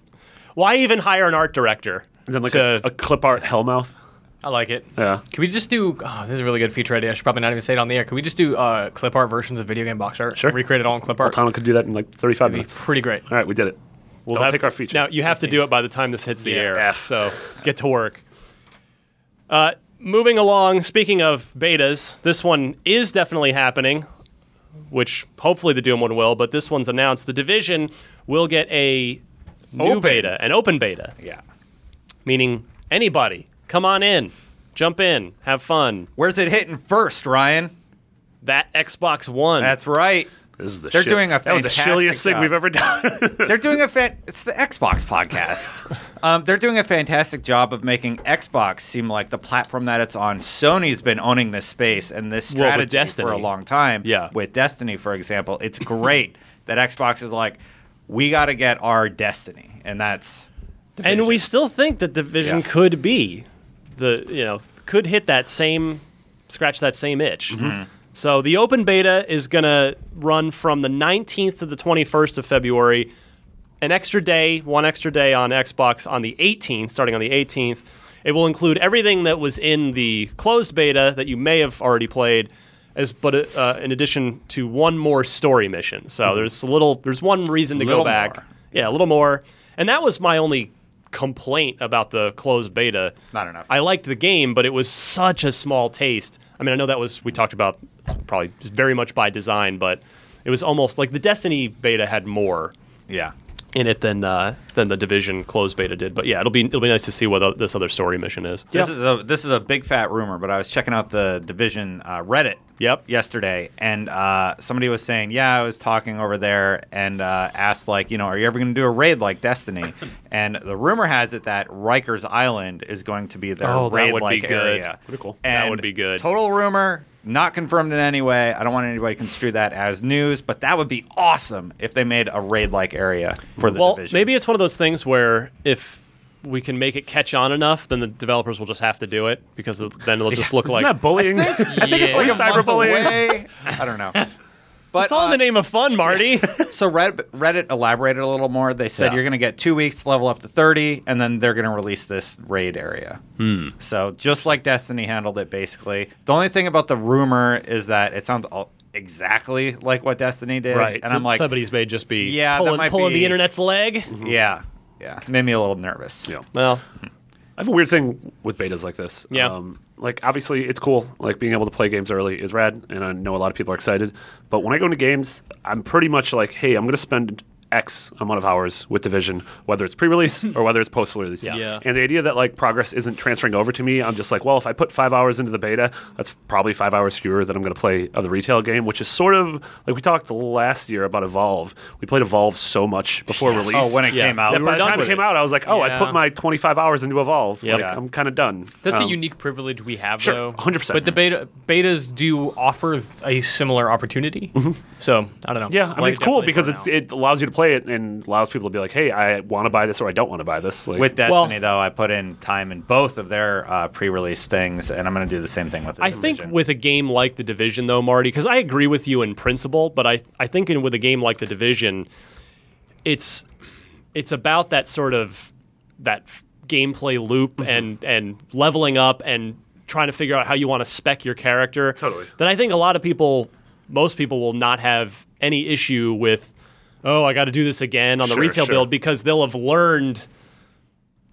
Speaker 4: why even hire an art director?
Speaker 6: And then like
Speaker 4: to-
Speaker 6: a, a clip art Hellmouth.
Speaker 5: I like it.
Speaker 6: Yeah.
Speaker 5: Can we just do? Oh, this is a really good feature idea. I should probably not even say it on the air. Can we just do uh, clip art versions of video game box art?
Speaker 6: Sure.
Speaker 5: Recreate it all in clip art.
Speaker 6: Tano could do that in like 35
Speaker 5: It'd be
Speaker 6: minutes.
Speaker 5: pretty great.
Speaker 6: All right, we did it. We'll Don't
Speaker 4: have-
Speaker 6: take our feature.
Speaker 4: Now you have to do it by the time this hits the
Speaker 5: Yeah.
Speaker 4: air.
Speaker 6: F.
Speaker 4: So get to work. Uh, moving along. Speaking of betas, this one is definitely happening, which hopefully the Doom one will. But this one's announced. The Division will get a new
Speaker 7: Open.
Speaker 4: beta, an open beta,
Speaker 7: Yeah.
Speaker 4: meaning anybody come on in, jump in, have fun.
Speaker 7: Where's it hitting first, Ryan?
Speaker 4: That Xbox One.
Speaker 7: That's right.
Speaker 6: This is the
Speaker 7: They're
Speaker 6: shit.
Speaker 7: doing a
Speaker 6: That was the
Speaker 7: fantastic
Speaker 6: shilliest thing
Speaker 7: job.
Speaker 6: we've ever done.
Speaker 7: They're doing a fan. It's the Xbox podcast. um, they're doing a fantastic job of making Xbox seem like the platform that it's on. Sony's been owning this space and this
Speaker 4: Well, with
Speaker 7: strategy for
Speaker 4: Destiny.
Speaker 7: a long time.
Speaker 4: Yeah.
Speaker 7: with Destiny, for example, it's great that Xbox is like, we got to get our Destiny, and that's
Speaker 4: and we still think that division
Speaker 7: Yeah.
Speaker 4: could be the you know could hit that same scratch that same itch
Speaker 7: Mm-hmm.
Speaker 4: Mm-hmm. so the open beta is going to run from the 19th to the 21st of february an extra day one extra day on xbox on the 18th starting on the 18th it will include everything that was in the closed beta that you may have already played as but uh, in addition to one more story mission so there's a little there's one reason to go
Speaker 7: Mm-hmm. Little
Speaker 4: back
Speaker 7: more.
Speaker 4: yeah, a little more. And that was my only complaint about the closed beta.
Speaker 7: Not enough.
Speaker 4: I liked the game, but it was such a small taste. I mean, I know that was we talked about probably very much by design, but it was almost like the Destiny beta had more
Speaker 7: yeah.
Speaker 4: in it than uh, than the Division closed beta did. But yeah, it'll be it'll be nice to see what o- this other story mission is.
Speaker 7: This is a this is a big fat rumor, but I was checking out the division uh, Reddit.
Speaker 4: Yep.
Speaker 7: Yesterday, and uh, somebody was saying, "Yeah, I was talking over there and uh, asked, like, you know, are you ever going to do a raid like Destiny?" and the rumor has it that Rikers Island is going to be their
Speaker 4: Oh, that would be
Speaker 7: raid like
Speaker 4: good.
Speaker 7: area.
Speaker 4: Pretty cool. That
Speaker 7: And
Speaker 4: would be good.
Speaker 7: Total rumor, not confirmed in any way. I don't want anybody to construe that as news, but that would be awesome if they made a raid like area for the
Speaker 4: well,
Speaker 7: division.
Speaker 4: maybe it's one of those things where if we can make it catch on enough, then the developers will just have to do it because then it'll just look
Speaker 6: Isn't
Speaker 4: like
Speaker 6: that bullying?
Speaker 7: I think it's
Speaker 5: Yeah.
Speaker 7: like a month
Speaker 6: Cyberbullying.
Speaker 7: away. I don't know. But
Speaker 4: it's all in
Speaker 7: uh,
Speaker 4: the name of fun, Marty.
Speaker 7: So Reddit, Reddit elaborated a little more. They said
Speaker 4: Yeah.
Speaker 7: you're going to get two weeks to level up to 30, and then they're going to release this raid area.
Speaker 4: Hmm.
Speaker 7: So just like Destiny handled it, basically. The only thing about the rumor is that it sounds all exactly like what Destiny did.
Speaker 4: Right.
Speaker 7: And
Speaker 4: so
Speaker 7: I'm like,
Speaker 4: somebody's may just be
Speaker 7: Yeah, that
Speaker 4: pulling,
Speaker 7: might
Speaker 4: pulling the
Speaker 7: be-
Speaker 4: internet's leg.
Speaker 7: yeah, yeah. Made me a little nervous.
Speaker 6: Yeah.
Speaker 4: Well,
Speaker 6: I have a weird thing with betas like this. Um,
Speaker 4: Yeah.
Speaker 6: like obviously it's cool. Like being able to play games early is rad, and I know a lot of people are excited. But when I go into games, I'm pretty much like, hey, I'm going to spend X amount of hours with Division, whether it's pre-release or whether it's post-release.
Speaker 5: Yeah.
Speaker 6: And the idea that like progress isn't transferring over to me, I'm just like, well, if I put five hours into the beta, that's probably five hours fewer than I'm going to play of the retail game, which is sort of like we talked last year about Evolve. We played Evolve so much before release.
Speaker 7: Oh, when it
Speaker 4: Yeah.
Speaker 7: came out.
Speaker 6: Yeah,
Speaker 4: We were
Speaker 6: by the
Speaker 4: done
Speaker 6: time it
Speaker 4: with
Speaker 6: came
Speaker 4: it.
Speaker 6: out, I was like, oh, I
Speaker 5: Yeah.
Speaker 6: put my 25 hours into Evolve. Like,
Speaker 4: Yeah.
Speaker 6: I'm kind of done.
Speaker 5: That's
Speaker 6: Um,
Speaker 5: a unique privilege we have,
Speaker 6: sure,
Speaker 5: though.
Speaker 6: 100%.
Speaker 5: But the beta betas do offer th- a similar opportunity. So I don't know.
Speaker 6: Yeah, I mean,
Speaker 5: Like,
Speaker 6: it's cool
Speaker 5: definitely
Speaker 6: because
Speaker 5: for
Speaker 6: it's
Speaker 5: now.
Speaker 6: it allows you to play it and allows people to be like, hey, I want to buy this or I don't want to buy this. Like,
Speaker 7: With
Speaker 4: Well-
Speaker 7: Destiny, though, I put in time in both of their uh, pre-release things, and I'm going to do the same thing with the
Speaker 4: I think
Speaker 7: Division.
Speaker 4: with a game like The Division, though, Marty, because I agree with you in principle, but I, I think in, with a game like The Division, it's it's about that sort of that f- gameplay loop
Speaker 6: Mm-hmm.
Speaker 4: and and leveling up and trying to figure out how you want to spec your character.
Speaker 6: Totally.
Speaker 4: That I think a lot of people, most people, will not have any issue with. Oh, I got to do this again on the
Speaker 6: Sure,
Speaker 4: retail
Speaker 6: sure.
Speaker 4: build because they'll have learned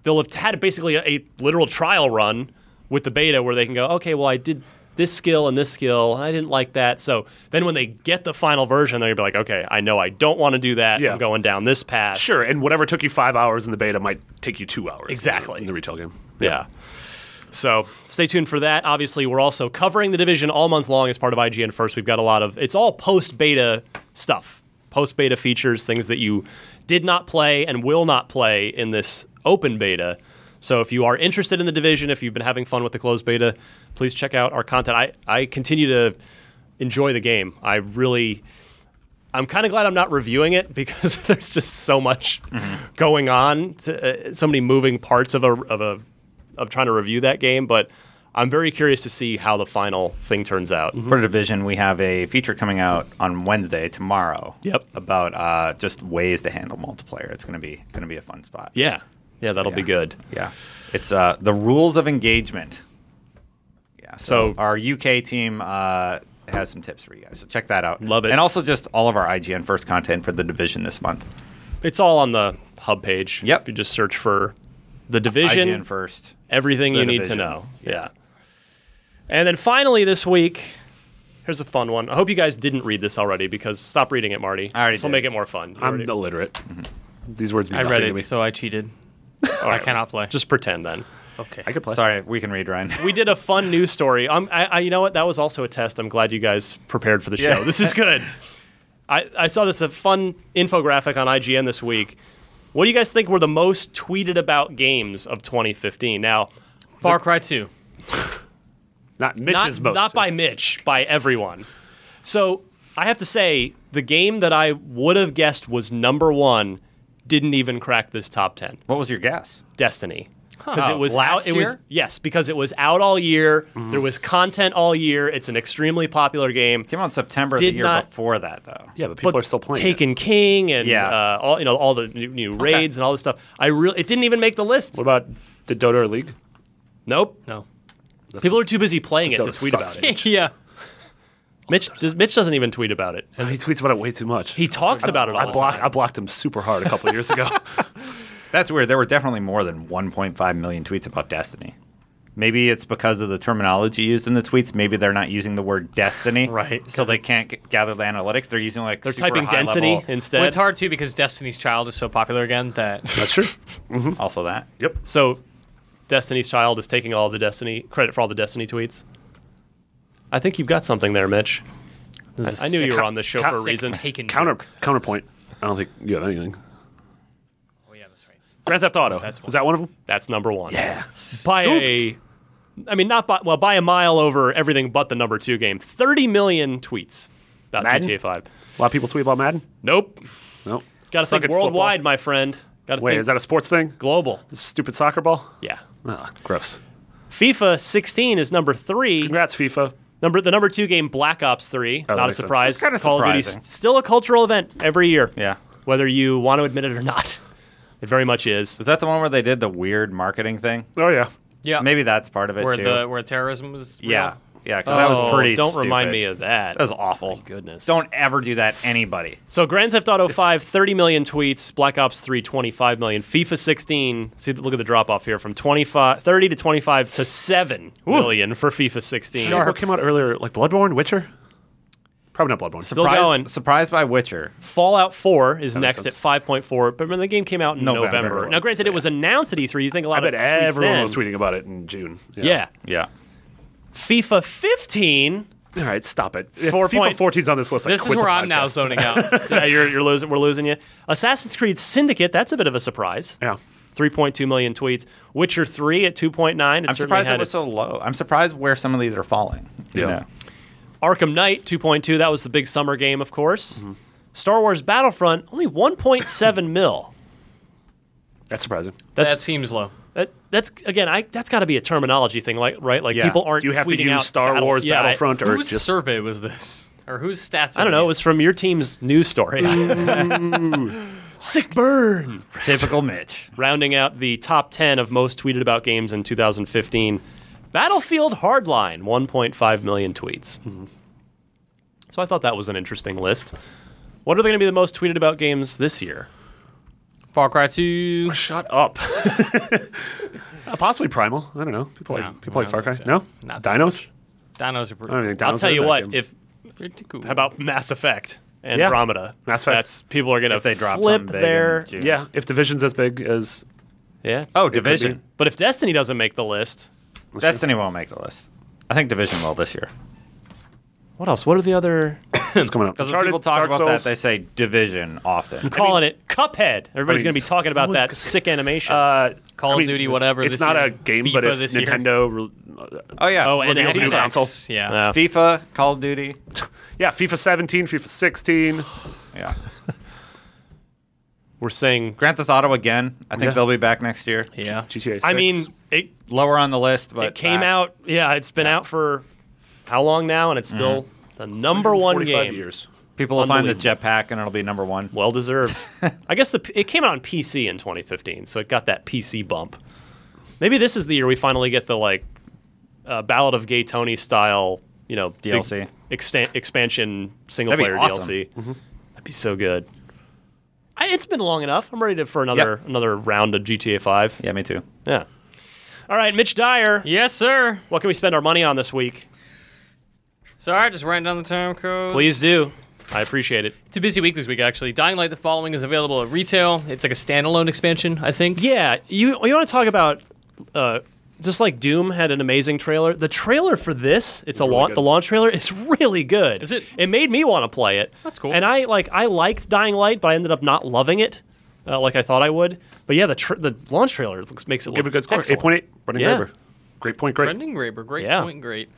Speaker 4: they'll have had basically a, a literal trial run with the beta where they can go, okay, well, I did this skill and this skill. I didn't like that. So then when they get the final version, they're going to be like, okay, I know I don't want to do that.
Speaker 6: Yeah.
Speaker 4: I'm going down this path.
Speaker 6: Sure, and whatever took you five hours in the beta might take you two hours. in the-
Speaker 4: Exactly.
Speaker 6: In the, retail game.
Speaker 4: Yeah. So stay tuned for that. Obviously, we're also covering the division all month long as part of IGN First. We've got a lot of it's all post beta stuff, post beta features, things that you did not play and will not play in this open beta. So if you are interested in the division, if you've been having fun with the closed beta, please check out our content. I, I continue to enjoy the game. I really I'm kind of glad I'm not reviewing it because there's just so much
Speaker 7: Mm-hmm.
Speaker 4: going on, to, uh, so many moving parts of a of a of trying to review that game. But I'm very curious to see how the final thing turns out.
Speaker 7: Mm-hmm. For Division, we have a feature coming out on Wednesday tomorrow.
Speaker 4: Yep.
Speaker 7: About uh, just ways to handle multiplayer. It's gonna be gonna be a fun spot.
Speaker 4: Yeah, yeah, that'll be
Speaker 7: yeah.
Speaker 4: good.
Speaker 7: Yeah. It's uh, the rules of engagement. Yeah. So,
Speaker 4: So-
Speaker 7: our UK team uh, has some tips for you guys. So check that out.
Speaker 4: Love it.
Speaker 7: And also just all of our IGN first content for the division this month.
Speaker 4: It's all on the hub page.
Speaker 7: Yep.
Speaker 4: you just search for the division
Speaker 7: IGN first.
Speaker 4: everything
Speaker 7: The
Speaker 4: you need to
Speaker 7: division.
Speaker 4: know. Yeah. And then finally this week, here's a fun one. I hope you guys didn't read this already because stop reading it, Marty.
Speaker 7: I already
Speaker 4: This will
Speaker 7: did.
Speaker 4: make it more fun. You
Speaker 6: I'm
Speaker 4: already-
Speaker 6: illiterate. These words mean
Speaker 5: I
Speaker 6: nothing
Speaker 5: read
Speaker 6: to me.
Speaker 5: it, so I cheated. I cannot play.
Speaker 4: just pretend then.
Speaker 5: okay.
Speaker 6: I could play.
Speaker 7: Sorry, we can read Ryan.
Speaker 4: we did a fun news story. Um, I, I, you know what? That was also a test. I'm glad you guys prepared for the show.
Speaker 7: Yeah.
Speaker 4: This is good. I, I saw this a fun infographic on IGN this week. What do you guys think were the most tweeted about games of 2015? Now,
Speaker 5: Far Cry 2.
Speaker 6: Not Mitch's
Speaker 4: not,
Speaker 6: most.
Speaker 4: not by Mitch, by everyone. So I have to say, the game that I would have guessed was number one didn't even crack this top 10.
Speaker 7: What was your guess?
Speaker 4: Destiny because
Speaker 5: Huh.
Speaker 4: it was out.
Speaker 5: Last
Speaker 4: It was
Speaker 5: year?
Speaker 4: yes, because it was out all year. There was content all year. It's an extremely popular game.
Speaker 7: Came out in September of
Speaker 4: Did
Speaker 7: the year
Speaker 4: not-
Speaker 7: before that though.
Speaker 6: Yeah, but people
Speaker 4: But
Speaker 6: are still playing. it.
Speaker 4: Taken King and
Speaker 7: Yeah.
Speaker 4: uh, all you know, all the new, new raids and all this stuff. I really it didn't even make the list.
Speaker 6: What about the Dota League?
Speaker 4: Nope.
Speaker 5: No.
Speaker 4: People are too busy playing it to
Speaker 6: Dota
Speaker 4: tweet
Speaker 6: sucks.
Speaker 4: about it.
Speaker 5: yeah.
Speaker 4: Mitch, does, Mitch doesn't even tweet about it.
Speaker 6: Oh, he tweets about it way too much.
Speaker 4: He talks about it all
Speaker 6: I
Speaker 4: the
Speaker 6: blocked.
Speaker 4: time.
Speaker 6: I blocked him super hard a couple of years ago.
Speaker 7: That's weird. There were definitely more than 1.5 million tweets about Destiny. Maybe it's because of the terminology used in the tweets. Maybe they're not using the word Destiny,
Speaker 5: Right, 'cause
Speaker 7: Because they
Speaker 5: it's-
Speaker 7: can't g- gather the analytics. They're using like
Speaker 4: They're
Speaker 7: super
Speaker 4: typing
Speaker 7: high
Speaker 4: density
Speaker 7: level-
Speaker 4: instead.
Speaker 5: Well, it's hard too because Destiny's Child is so popular again that
Speaker 6: That's true.
Speaker 7: Also that.
Speaker 6: Yep.
Speaker 4: So, Destiny's Child is taking all the Destiny credit for all the Destiny tweets. I think you've got something there, Mitch. I knew you were on this show for a
Speaker 5: sick
Speaker 4: reason.
Speaker 5: Taken
Speaker 6: Counter
Speaker 5: joke.
Speaker 6: counterpoint. I don't think you have anything.
Speaker 5: Oh yeah, that's right.
Speaker 6: Grand Theft Auto.
Speaker 5: That's one.
Speaker 6: Is that one of them?
Speaker 4: That's number one. Yeah. By a, I mean, not by, well, by a mile over everything but the number two game. 30 million tweets about
Speaker 6: Madden?
Speaker 4: GTA 5.
Speaker 6: A lot of people tweet about Madden.
Speaker 4: Nope.
Speaker 6: No.
Speaker 4: Got to
Speaker 6: Suck
Speaker 4: think
Speaker 6: at football.
Speaker 4: worldwide, my friend. Got to
Speaker 6: Wait,
Speaker 4: think
Speaker 6: is that a sports thing?
Speaker 4: global.
Speaker 6: Stupid soccer ball.
Speaker 4: Yeah.
Speaker 6: Ah, gross.
Speaker 4: FIFA 16 is number three.
Speaker 6: Congrats, FIFA.
Speaker 4: Number the number two game, Black Ops 3.
Speaker 6: that
Speaker 4: not a
Speaker 6: makes sense.
Speaker 4: surprise.
Speaker 7: It's kinda
Speaker 4: Call of Duty's
Speaker 7: surprising.
Speaker 4: still a cultural event every year.
Speaker 7: Yeah.
Speaker 4: Whether you want to admit it or not, it very much is.
Speaker 7: Was that the one where they did the weird marketing thing?
Speaker 6: Oh yeah.
Speaker 5: Yeah.
Speaker 7: Maybe that's part of it
Speaker 5: where
Speaker 7: too.
Speaker 5: the where terrorism was. real.
Speaker 7: yeah. Yeah. 'cause that was
Speaker 4: Oh,
Speaker 7: pretty.
Speaker 4: Don't remind
Speaker 7: stupid.
Speaker 4: me of that.
Speaker 7: That was awful.
Speaker 4: goodness.
Speaker 7: Don't ever do that, anybody.
Speaker 4: So Grand Theft Auto 5, 30 million tweets. Black Ops 3, 25 million. FIFA 16, see, look at the drop off here from 25, 30 to 25 to 7 million for FIFA 16.
Speaker 6: What came out earlier? Like Bloodborne, Witcher. Probably not Bloodborne.
Speaker 4: Still going.
Speaker 7: Surprised by Witcher.
Speaker 4: Fallout 4 is
Speaker 6: makes
Speaker 4: next
Speaker 6: sense.
Speaker 4: at 5.4, but when the game came out in November.
Speaker 7: November.
Speaker 4: Now, granted, it was announced at E3. You think a
Speaker 6: I
Speaker 4: lot
Speaker 6: bet
Speaker 4: of tweets
Speaker 6: everyone
Speaker 4: then.
Speaker 6: was tweeting about it in June.
Speaker 4: Yeah.
Speaker 7: Yeah.
Speaker 4: FIFA 15.
Speaker 6: All right, stop it. If
Speaker 4: Four
Speaker 6: FIFA
Speaker 4: point-
Speaker 6: 14's on this list.
Speaker 5: This
Speaker 6: I
Speaker 5: is
Speaker 6: quit
Speaker 5: where
Speaker 6: the
Speaker 5: I'm now
Speaker 6: podcast.
Speaker 5: zoning out.
Speaker 4: yeah, you're, you're losing. We're losing you. Assassin's Creed Syndicate. That's a bit of a surprise.
Speaker 6: Yeah.
Speaker 4: 3.2 million tweets. Witcher 3 at 2.9. It
Speaker 7: I'm
Speaker 4: certainly
Speaker 7: surprised
Speaker 4: had
Speaker 7: it was
Speaker 4: its-
Speaker 7: so low. I'm surprised where some of these are falling. you
Speaker 6: Yeah.
Speaker 7: know.
Speaker 4: Arkham Knight 2.2, that was the big summer game, of course.
Speaker 6: Mm-hmm.
Speaker 4: Star Wars Battlefront, only 1.7 mil.
Speaker 6: That's surprising.
Speaker 5: that
Speaker 4: That's
Speaker 5: seems low.
Speaker 4: that, that's again, I that's got to be a terminology thing, like right? Like people aren't.
Speaker 6: Do you have to
Speaker 4: tweeting out
Speaker 6: use Star
Speaker 4: Battle-
Speaker 6: Wars
Speaker 4: Yeah, I-
Speaker 6: Battlefront or
Speaker 5: whose
Speaker 6: just
Speaker 5: survey was this, or whose stats?
Speaker 4: I, don't
Speaker 5: are
Speaker 4: know. It
Speaker 5: these?
Speaker 4: was from your team's news story. Sick burn.
Speaker 7: Typical Mitch.
Speaker 4: Rounding out the top ten of most tweeted about games in 2015, Battlefield Hardline, 1.5 million tweets.
Speaker 7: Mm-hmm.
Speaker 4: So I thought that was an interesting list. What are going to be the most tweeted about games this year?
Speaker 5: Far Cry 2.
Speaker 6: shut up? Uh, possibly Primal. I don't know. People
Speaker 5: No,
Speaker 6: like people
Speaker 5: I don't
Speaker 6: like Far Cry.
Speaker 5: think so.
Speaker 6: No,
Speaker 5: Not that
Speaker 6: Dinos.
Speaker 5: Dinos are pretty.
Speaker 6: I don't even think
Speaker 4: I'll
Speaker 6: Donald's
Speaker 4: tell
Speaker 6: in
Speaker 4: you
Speaker 6: that
Speaker 4: what.
Speaker 6: game.
Speaker 4: If
Speaker 5: pretty cool.
Speaker 4: how about Mass Effect and
Speaker 6: Yeah.
Speaker 4: Andromeda?
Speaker 6: Mass Effect.
Speaker 4: That's people are gonna
Speaker 7: if they drop
Speaker 4: flip
Speaker 7: something big in
Speaker 4: their
Speaker 7: June.
Speaker 6: yeah, if Division's as big as
Speaker 4: yeah.
Speaker 7: Oh, Division.
Speaker 4: But if Destiny doesn't make the list,
Speaker 7: Destiny won't make the list. I think Division will this year.
Speaker 4: what else? What are the other?
Speaker 6: it's coming up.
Speaker 7: Because when
Speaker 6: Uncharted,
Speaker 7: people talk
Speaker 6: Dark
Speaker 7: about
Speaker 6: Souls.
Speaker 7: that, they say Division often.
Speaker 4: calling it Cuphead. Everybody's
Speaker 6: I mean,
Speaker 4: going to be talking about
Speaker 6: what's
Speaker 4: that
Speaker 6: Cuphead?
Speaker 4: sick animation.
Speaker 6: uh,
Speaker 5: Call of Duty, whatever,
Speaker 6: It's
Speaker 5: this
Speaker 6: not
Speaker 5: year.
Speaker 6: a game, but
Speaker 5: FIFA
Speaker 6: if
Speaker 5: this year.
Speaker 6: Nintendo, re-
Speaker 7: Oh yeah.
Speaker 4: oh, and
Speaker 6: reveals
Speaker 4: Xbox.
Speaker 6: new console.
Speaker 5: Yeah.
Speaker 4: Yeah.
Speaker 7: FIFA, Call of Duty.
Speaker 6: yeah, FIFA 17, FIFA 16.
Speaker 7: Yeah.
Speaker 4: We're saying.
Speaker 7: Grand Theft Auto again. I think
Speaker 6: Yeah.
Speaker 7: they'll be back next year.
Speaker 5: Yeah.
Speaker 6: GTA 6.
Speaker 4: I mean, it
Speaker 7: Lower on the list, but uh,
Speaker 4: it came
Speaker 7: back.
Speaker 4: out. Yeah, it's been out for how long now, and it's still the number one
Speaker 6: 45
Speaker 4: game.
Speaker 6: years.
Speaker 7: People will find the jetpack, and it'll be number one.
Speaker 4: Well deserved. I guess the P- it came out on PC in 2015, so it got that PC bump. Maybe this is the year we finally get the like uh, Ballad of Gay Tony style, you know, big
Speaker 7: DLC.
Speaker 4: extan- expansion single
Speaker 7: That'd be
Speaker 4: player
Speaker 7: awesome. Mm-hmm.
Speaker 4: DLC. That'd be so good. I, it's been long enough. I'm ready to, for another another round of GTA 5.
Speaker 7: Yeah, me too.
Speaker 4: Yeah. All right, Mitch Dyer.
Speaker 5: Yes, sir.
Speaker 4: What can we spend our money on this week?
Speaker 5: Sorry, just writing down the time code.
Speaker 4: Please do. I appreciate it.
Speaker 5: It's a busy week this week, actually. Dying Light: The Following is available at retail. It's like a standalone expansion, I think.
Speaker 4: Yeah, you you want to talk about uh, just like Doom had an amazing trailer. The trailer for this, it's, a launch.
Speaker 6: good.
Speaker 4: The launch trailer is really good.
Speaker 5: Is it?
Speaker 4: It made me want to play it.
Speaker 5: That's cool.
Speaker 4: And I like I liked Dying Light, but I ended up not loving it uh, like I thought I would. But yeah, the tra- the launch trailer looks makes it
Speaker 6: Give
Speaker 4: look
Speaker 6: it a good score.
Speaker 4: excellent.
Speaker 6: 8.8. Brendan
Speaker 4: Yeah.
Speaker 6: Graber. Great point, great.
Speaker 5: Brendan Graber, great
Speaker 4: Yeah.
Speaker 5: point, great.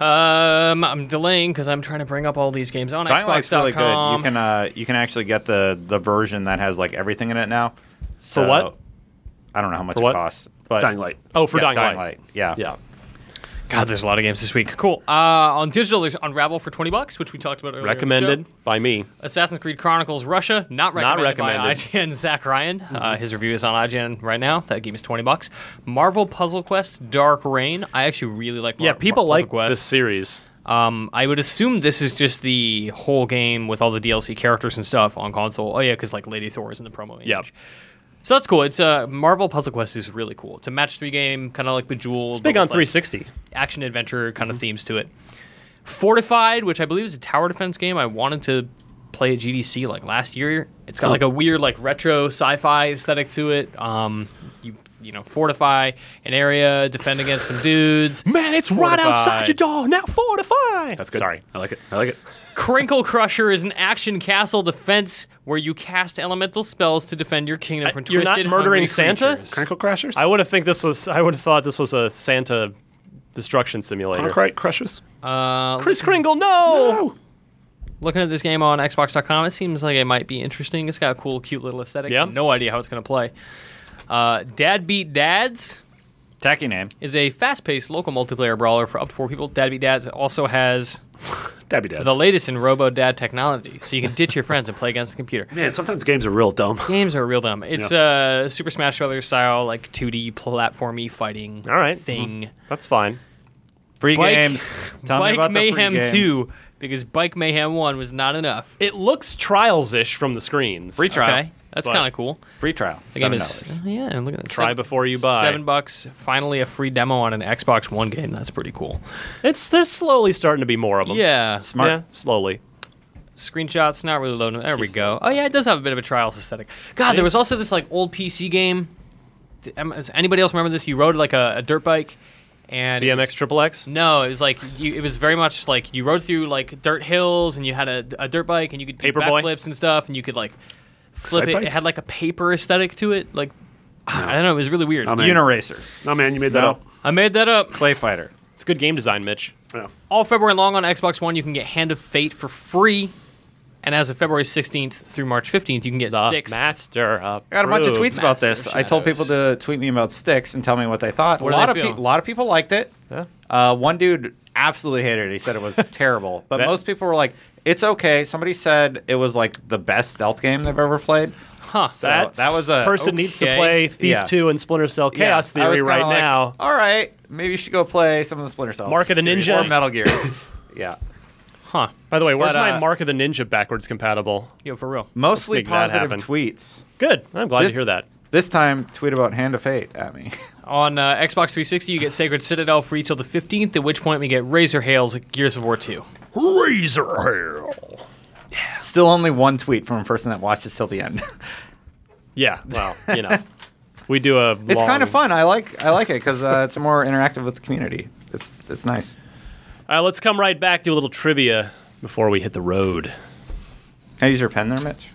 Speaker 5: Um, I'm delaying because I'm trying to bring up all these games on
Speaker 7: Dying Light's really good.
Speaker 5: Xbox.com.
Speaker 7: You can uh, you can actually get the the version that has like everything in it now. So,
Speaker 4: what?
Speaker 7: I don't know how much
Speaker 4: For what?
Speaker 7: it costs. But
Speaker 6: Dying Light.
Speaker 4: Oh, for
Speaker 7: yeah,
Speaker 4: Dying,
Speaker 7: Dying
Speaker 4: Light.
Speaker 7: Light. Yeah.
Speaker 4: Yeah.
Speaker 5: God, there's a lot of games this week. Cool. Uh, on digital, there's Unravel for 20 bucks, which we talked about earlier. in the show.
Speaker 4: Recommended by me.
Speaker 5: Assassin's Creed Chronicles Russia, not recommended, by
Speaker 4: recommended. Mm-hmm.
Speaker 5: IGN Zach Ryan. Uh, his review is on IGN right now. That game is 20 bucks. Marvel Puzzle Quest Dark Rain. I actually really like Mar-
Speaker 4: Yeah, people
Speaker 5: Mar-
Speaker 4: like
Speaker 5: Puzzle Quest.
Speaker 4: this series.
Speaker 5: Um, I would assume this is just the whole game with all the DLC characters and stuff on console. Oh yeah, because like Lady Thor is in the promo. Image.
Speaker 4: Yep.
Speaker 5: So that's cool. It's uh, Marvel Puzzle Quest is really cool. It's a match three game, kind of like Bejeweled.
Speaker 4: Big
Speaker 5: but
Speaker 4: on
Speaker 5: with, like,
Speaker 4: 360.
Speaker 5: action adventure kind
Speaker 4: Mm-hmm.
Speaker 5: of themes to it. Fortified, which I believe is a tower defense game, I wanted to play at GDC like last year. It's got like a weird like retro sci-fi aesthetic to it. Um, you you know fortify an area, defend against some dudes.
Speaker 4: Man, it's
Speaker 5: right outside your
Speaker 4: door. Now fortify.
Speaker 6: That's good.
Speaker 4: Sorry.
Speaker 6: I like it. I like it.
Speaker 5: Crinkle Crusher is an action castle defense where you cast elemental spells to defend your kingdom from
Speaker 4: You're
Speaker 5: twisted.
Speaker 4: not murdering
Speaker 5: hungry
Speaker 4: Santa?
Speaker 5: creatures.
Speaker 6: Crankle Crashers?
Speaker 4: I would have think this was. I would have thought this was a Santa destruction simulator.
Speaker 6: Crankle Crushers?
Speaker 5: Uh,
Speaker 4: Chris Kringle, no.
Speaker 5: looking at this game on Xbox.com, it seems like it might be interesting. It's got a cool, cute little aesthetic.
Speaker 4: Yeah.
Speaker 5: No idea how it's going to play. Uh, Dad Beat Dads
Speaker 7: Tacky name.
Speaker 5: is a fast paced local multiplayer brawler for up to four people. Dad Beat Dads also has
Speaker 6: Dabby Dad.
Speaker 5: the latest in Robo Dad technology, so you can ditch your friends and play against the computer.
Speaker 6: Man, sometimes games are real dumb.
Speaker 5: Games are real dumb. It's uh, Super Smash Brothers style, like 2D platformy fighting
Speaker 4: All right.
Speaker 5: thing.
Speaker 4: That's fine.
Speaker 7: Free
Speaker 5: Bike-
Speaker 7: Mm-hmm. games. Tell me
Speaker 5: Bike
Speaker 7: about the free
Speaker 5: Mayhem
Speaker 7: games.
Speaker 5: 2, because Bike Mayhem 1 was not enough.
Speaker 4: It looks trials ish from the screens.
Speaker 7: Free trial.
Speaker 5: Okay, that's
Speaker 4: But-
Speaker 5: kind of cool.
Speaker 7: Free trial.
Speaker 5: The game
Speaker 7: $7.
Speaker 5: is yeah, and look at that.
Speaker 4: Try before you buy.
Speaker 5: Seven bucks. Finally, a free demo on an Xbox One game. That's pretty cool.
Speaker 4: It's they're slowly starting to be more of them.
Speaker 5: Yeah,
Speaker 7: Smart.
Speaker 4: Yeah, slowly.
Speaker 5: screenshots not really loading. There we go. Oh yeah, it does have a bit of a trials aesthetic. God, there was also this like old PC game. D- am- Does anybody else remember this? You rode like a, a dirt bike, and it was-
Speaker 4: BMX Triple X.
Speaker 5: No, it was like you, it was very much like you rode through like dirt hills, and you had a, a dirt bike, and you could do
Speaker 4: Paperboy?
Speaker 5: backflips and stuff, and you could like flip
Speaker 6: Side
Speaker 5: it.
Speaker 6: bike?
Speaker 5: It had like a paper aesthetic to it. Like I don't know, it was really weird.
Speaker 6: I'm in.
Speaker 7: Uniracers.
Speaker 6: No, man, you made that
Speaker 7: No.
Speaker 6: up.
Speaker 5: I made that up.
Speaker 7: Clay Fighter.
Speaker 4: It's good game design, Mitch.
Speaker 6: Yeah.
Speaker 5: all February long on Xbox One, you can get Hand of Fate for free. And as of February 16th through March 15th, you can get
Speaker 4: The
Speaker 5: Sticks.
Speaker 4: master.
Speaker 7: I got a bunch of
Speaker 4: approves.
Speaker 7: tweets about this. I told people to tweet me about sticks and tell me what they thought.
Speaker 5: What
Speaker 7: a
Speaker 5: do
Speaker 7: lot
Speaker 5: they
Speaker 7: of
Speaker 5: feel?
Speaker 7: a lot of people liked it. Uh, one dude absolutely hated it. He said it was terrible. But
Speaker 4: That-
Speaker 7: most people were like, "It's okay." Somebody said it was like the best stealth game they've ever played.
Speaker 5: Huh.
Speaker 7: So that, was a
Speaker 4: person needs to
Speaker 5: okay.
Speaker 4: play Thief
Speaker 7: Yeah.
Speaker 4: Two and Splinter Cell
Speaker 7: Yeah,
Speaker 4: Chaos
Speaker 7: I was
Speaker 4: Theory
Speaker 7: kinda
Speaker 4: right
Speaker 7: like,
Speaker 4: now.
Speaker 7: All right, maybe you should go play some of the Splinter Cells.
Speaker 4: Mark of the
Speaker 7: series
Speaker 4: Ninja?
Speaker 7: or Metal Gear. yeah,
Speaker 5: Huh.
Speaker 4: By the way, where's
Speaker 7: But,
Speaker 4: my
Speaker 7: uh,
Speaker 4: Mark of the Ninja backwards compatible?
Speaker 5: Yo, for real.
Speaker 7: mostly
Speaker 4: Let's make that
Speaker 7: positive
Speaker 4: happen.
Speaker 7: tweets.
Speaker 4: Good. I'm glad
Speaker 7: This-
Speaker 4: to hear that.
Speaker 7: This time, tweet about Hand of Fate at me.
Speaker 5: On uh, Xbox 360, you get Sacred Citadel free till the 15th, at which point we get Razor Hales Gears of War 2.
Speaker 1: Razor hair.
Speaker 7: Still only one tweet from a person that watches till the end.
Speaker 4: Yeah, well, you know, we do a.
Speaker 7: it's
Speaker 4: long-
Speaker 7: kind of fun. I like I like it because uh, it's more interactive with the community. It's it's nice.
Speaker 4: Uh, let's come right back do a little trivia before we hit the road.
Speaker 7: Can I use your pen there, Mitch?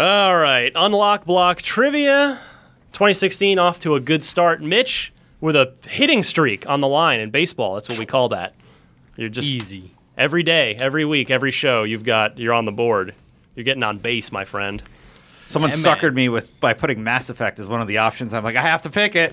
Speaker 4: All right, unlock block trivia. 2016 off to a good start. Mitch with a hitting streak on the line in baseball. That's what we call that. You're just
Speaker 5: Easy.
Speaker 4: every day, every week, every show. You've got you're on the board. You're getting on base, my friend.
Speaker 7: Someone
Speaker 5: Yeah, man.
Speaker 7: suckered me with by putting Mass Effect as one of the options. I'm like, I have to pick it.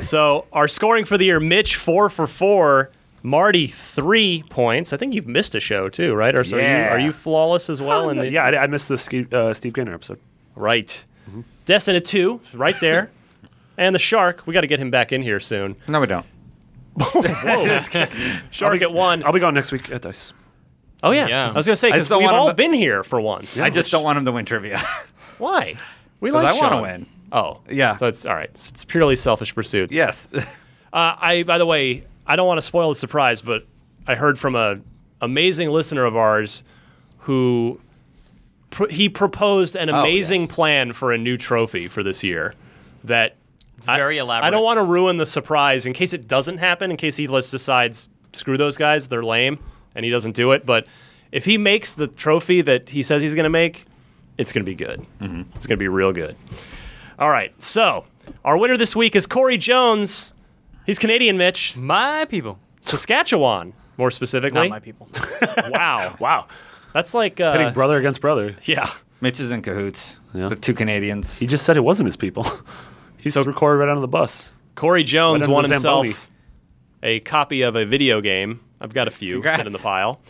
Speaker 4: So our scoring for the year: Mitch four for four, Marty three points. I think you've missed a show too, right? Or so
Speaker 6: Yeah.
Speaker 4: are, you, are you flawless as well? in Oh, the,
Speaker 6: yeah, I, I missed the Steve, uh, Steve Gaynor episode.
Speaker 4: Right.
Speaker 6: Mm-hmm.
Speaker 4: Destin at two, right there. and the shark, we got to get him back in here soon.
Speaker 7: No, we don't.
Speaker 4: Shark at one.
Speaker 6: I'll be gone next week at Dice.
Speaker 4: Oh yeah.
Speaker 5: Yeah.
Speaker 4: I was gonna say
Speaker 7: I
Speaker 4: because
Speaker 7: just don't
Speaker 4: we've
Speaker 7: want him
Speaker 4: all
Speaker 7: to-
Speaker 4: been here for once.
Speaker 7: I just don't want him to win trivia.
Speaker 4: Why? We
Speaker 7: 'Cause
Speaker 4: like.
Speaker 7: I wanna
Speaker 4: Sean.
Speaker 7: win.
Speaker 4: Oh
Speaker 7: Yeah.
Speaker 4: So it's all right. It's it's purely selfish pursuits.
Speaker 7: yes.
Speaker 4: Uh, I by the way, I don't want to spoil the surprise, but I heard from a amazing listener of ours who pr- he proposed
Speaker 7: Oh,
Speaker 4: an amazing plan for a new trophy for this year that I-
Speaker 5: very elaborate.
Speaker 4: I don't want to ruin the surprise in case it doesn't happen. In case he just decides screw those guys, they're lame, and he doesn't do it. But if he makes the trophy that he says he's going to make, it's going to be good.
Speaker 5: Mm-hmm.
Speaker 4: It's going to be real good. All right, so our winner this week is Corey Jones. He's Canadian, Mitch.
Speaker 5: My people.
Speaker 4: Saskatchewan, more specifically.
Speaker 5: Not my people.
Speaker 4: Wow. wow. That's like,
Speaker 6: Pitting
Speaker 4: uh,
Speaker 6: brother against brother.
Speaker 4: yeah.
Speaker 7: Mitch is in cahoots.
Speaker 6: Yeah.
Speaker 7: The two Canadians.
Speaker 6: He just said it wasn't his people. he so, threw Corey right out of the bus.
Speaker 4: Corey Jones
Speaker 6: Right under
Speaker 4: won
Speaker 6: the
Speaker 4: himself
Speaker 6: Zamboni.
Speaker 4: a copy of a video game. I've got a few set in
Speaker 7: Congrats.
Speaker 4: the pile.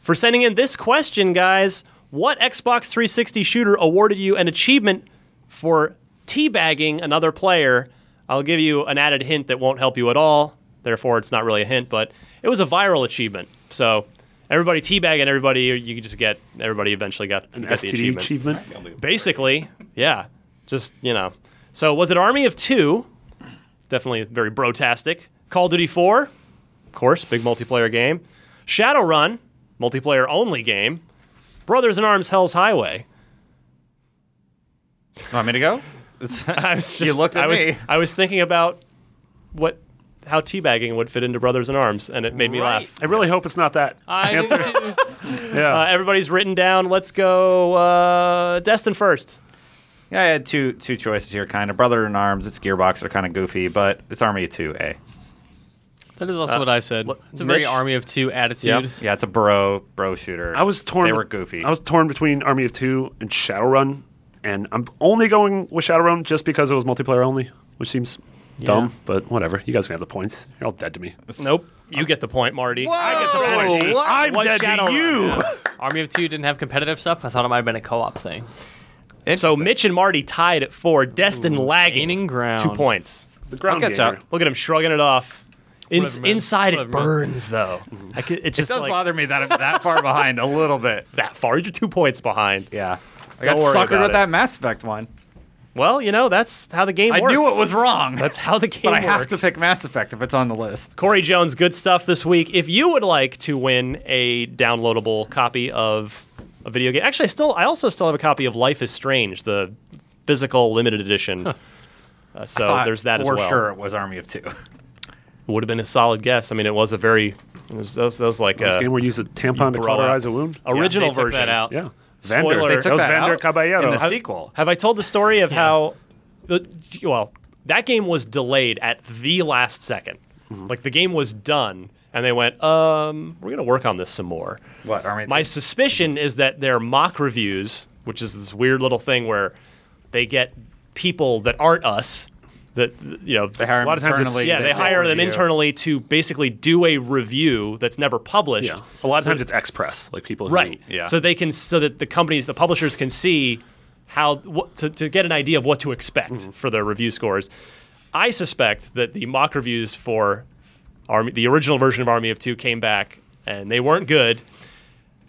Speaker 4: For sending in this question, guys, what Xbox 360 shooter awarded you an achievement for teabagging another player? I'll give you an added hint that won't help you at all. Therefore, it's not really a hint, but it was a viral achievement. So everybody teabagging everybody, you could just get everybody eventually got
Speaker 6: An
Speaker 4: got the
Speaker 6: STD
Speaker 4: achievement.
Speaker 6: achievement.
Speaker 4: Basically, yeah. Just, you know. So was it Army of Two? Definitely very brotastic. Call of Duty 4, of course, big multiplayer game. Shadowrun, multiplayer only game. Brothers in Arms Hell's Highway.
Speaker 7: Want me to go?
Speaker 4: I was
Speaker 7: You looked at
Speaker 4: I was,
Speaker 7: me.
Speaker 4: I was thinking about what how teabagging would fit into Brothers in Arms, and it made me
Speaker 5: Right.
Speaker 4: laugh.
Speaker 6: I really hope it's not that.
Speaker 5: I
Speaker 6: answer.
Speaker 5: do too.
Speaker 6: yeah.
Speaker 4: Uh, everybody's written down. Let's go uh, Destin first.
Speaker 7: Yeah, I had two two choices here, kind of. Brother in Arms, it's Gearbox, they're kind of goofy, but it's Army of Two A.
Speaker 5: That is also what I said.
Speaker 4: Uh, what-
Speaker 5: it's a very
Speaker 4: Mitch?
Speaker 5: Army of Two attitude.
Speaker 4: Yep.
Speaker 7: Yeah, it's a bro bro shooter.
Speaker 6: I was torn.
Speaker 7: They
Speaker 6: be-
Speaker 7: were goofy.
Speaker 6: I was torn between Army of Two and Shadowrun, and I'm only going with Shadowrun just because it was multiplayer only, which seems dumb, but whatever. You guys can have the points. You're all dead to me.
Speaker 4: Nope. You get the point, Marty. I get the
Speaker 6: Oh,
Speaker 4: point.
Speaker 6: I'm
Speaker 4: One
Speaker 6: dead
Speaker 4: Shadowrun.
Speaker 6: to you.
Speaker 5: Army of Two didn't have competitive stuff. I thought it might have been a co-op thing.
Speaker 4: So Mitch and Marty tied at four. Destin lagging.
Speaker 5: Gaining ground.
Speaker 4: Two points.
Speaker 6: The ground
Speaker 7: I'll catch up.
Speaker 6: gamer.
Speaker 4: Look at him shrugging it off. In-
Speaker 5: Whatever, man.
Speaker 4: inside it
Speaker 5: Whatever, man.
Speaker 4: burns though. I could, it's
Speaker 7: it
Speaker 4: just
Speaker 7: does
Speaker 4: like
Speaker 7: bother me that I'm that far behind a little bit.
Speaker 4: that far. You're two points behind.
Speaker 7: Yeah. I
Speaker 4: Don't
Speaker 7: got
Speaker 4: worry
Speaker 7: suckered
Speaker 4: about
Speaker 7: with
Speaker 4: it.
Speaker 7: that Mass Effect one.
Speaker 4: Well, you know that's how the game
Speaker 7: I
Speaker 4: works.
Speaker 7: knew it was wrong.
Speaker 4: That's how the game
Speaker 7: but I
Speaker 4: works.
Speaker 7: have to pick Mass Effect if it's on the list.
Speaker 4: Corey Jones, good stuff this week. If you would like to win a downloadable copy of a video game, actually, I still I also still have a copy of Life is Strange, the physical limited edition. Uh, so
Speaker 7: Thought
Speaker 4: there's that
Speaker 7: for
Speaker 4: as well.
Speaker 7: sure. It was Army of Two.
Speaker 4: Would have been a solid guess. I mean, it was a very it was, that was, that was like
Speaker 6: This
Speaker 4: uh,
Speaker 6: game where you use a tampon to
Speaker 4: bro
Speaker 6: cauterize
Speaker 4: out.
Speaker 6: a wound.
Speaker 4: original
Speaker 5: they took
Speaker 4: version.
Speaker 5: that out.
Speaker 6: Yeah.
Speaker 4: Spoiler. They
Speaker 6: Vander.
Speaker 4: took
Speaker 6: That was
Speaker 7: that
Speaker 6: Vander
Speaker 7: out
Speaker 6: Caballero.
Speaker 7: in the
Speaker 6: I-
Speaker 7: sequel.
Speaker 4: Have I told the story of how, the, well, that game was delayed at the last 2nd Like the game was done, and they went, um, we're gonna work on this some more.
Speaker 7: What Army? of
Speaker 4: My
Speaker 7: Two?
Speaker 4: suspicion is that their mock reviews, which is this weird little thing where they get people that aren't us, that you know,
Speaker 7: They hire
Speaker 6: A lot
Speaker 7: them
Speaker 6: of times it's-
Speaker 7: internally.
Speaker 4: yeah, they
Speaker 7: do a
Speaker 4: hire them
Speaker 7: review.
Speaker 4: internally to basically do a review that's never published.
Speaker 6: Yeah. A lot of times it's X Press, like people. who-
Speaker 4: Right.
Speaker 7: Yeah.
Speaker 4: So they can, so that the companies, the publishers can see how what, to, to get an idea of what to expect for their review scores. I suspect that the mock reviews for Army, the original version of Army of Two came back, and they weren't good.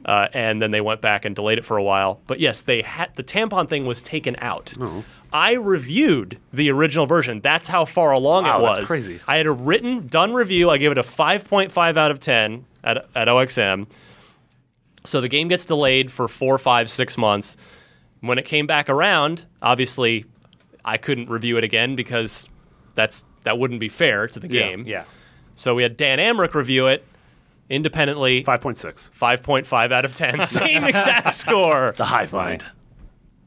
Speaker 4: Uh, and then they went back and delayed it for a while. But yes, they had the tampon thing was taken out.
Speaker 6: Oh.
Speaker 4: I reviewed the original version. That's how far along it
Speaker 6: Wow,
Speaker 4: was.
Speaker 6: that's crazy.
Speaker 4: I had a written, done review. I gave it a 5.5 out of 10 at, at OXM. So the game gets delayed for four, five, six months. When it came back around, obviously, I couldn't review it again because that's that wouldn't be fair to the game.
Speaker 7: Yeah.
Speaker 4: So we had Dan Amrick review it independently.
Speaker 6: Five point six.
Speaker 4: 5.5 out of 10. Same exact score.
Speaker 6: The hive mind.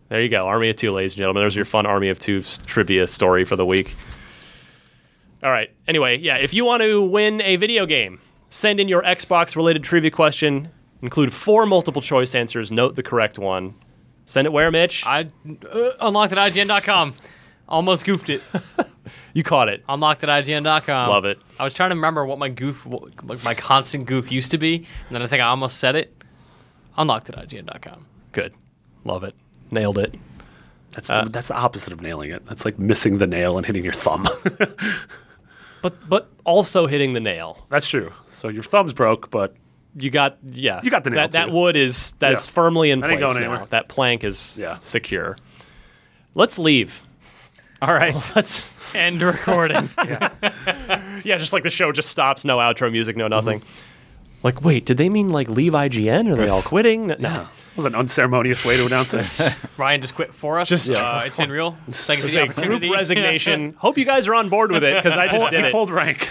Speaker 4: There you go. Army of Two, ladies and gentlemen. There's your fun Army of Two s- trivia story for the week. All right. Anyway, yeah, if you want to win a video game, send in your Xbox related trivia question. Include four multiple choice answers. Note the correct one. Send it where, Mitch?
Speaker 5: I uh, unlocked at IGN.com. Almost goofed it.
Speaker 4: you caught it.
Speaker 5: Unlocked at IGN.com.
Speaker 4: Love it.
Speaker 5: I was trying to remember what my goof, what my constant goof used to be, and then I think I almost said it. Unlocked at IGN.com.
Speaker 4: Good. Love it. Nailed it.
Speaker 6: That's the, that's the opposite of nailing it. That's like missing the nail and hitting your thumb.
Speaker 4: But but also hitting the nail.
Speaker 6: that's true. So your thumb's broke, but
Speaker 4: You got yeah.
Speaker 6: You got the nail,
Speaker 4: That, that
Speaker 6: too.
Speaker 4: wood is that's
Speaker 6: Yeah.
Speaker 4: firmly in
Speaker 6: That
Speaker 4: place
Speaker 6: ain't going
Speaker 4: now.
Speaker 6: anywhere.
Speaker 4: That plank is
Speaker 6: Yeah.
Speaker 4: secure. Let's leave.
Speaker 7: All right.
Speaker 4: Let's
Speaker 5: End recording.
Speaker 4: Yeah, just like the show just stops, no outro music, no nothing. Mm-hmm. Like, wait, did they mean like leave IGN? Are they all quitting? No.
Speaker 6: that was an unceremonious way to announce it.
Speaker 5: Ryan just quit for us. uh, it's been real. Thanks for the
Speaker 4: Say group
Speaker 5: opportunity.
Speaker 4: resignation. Hope you guys are on board with it because I just did
Speaker 6: you
Speaker 4: it.
Speaker 6: pulled rank.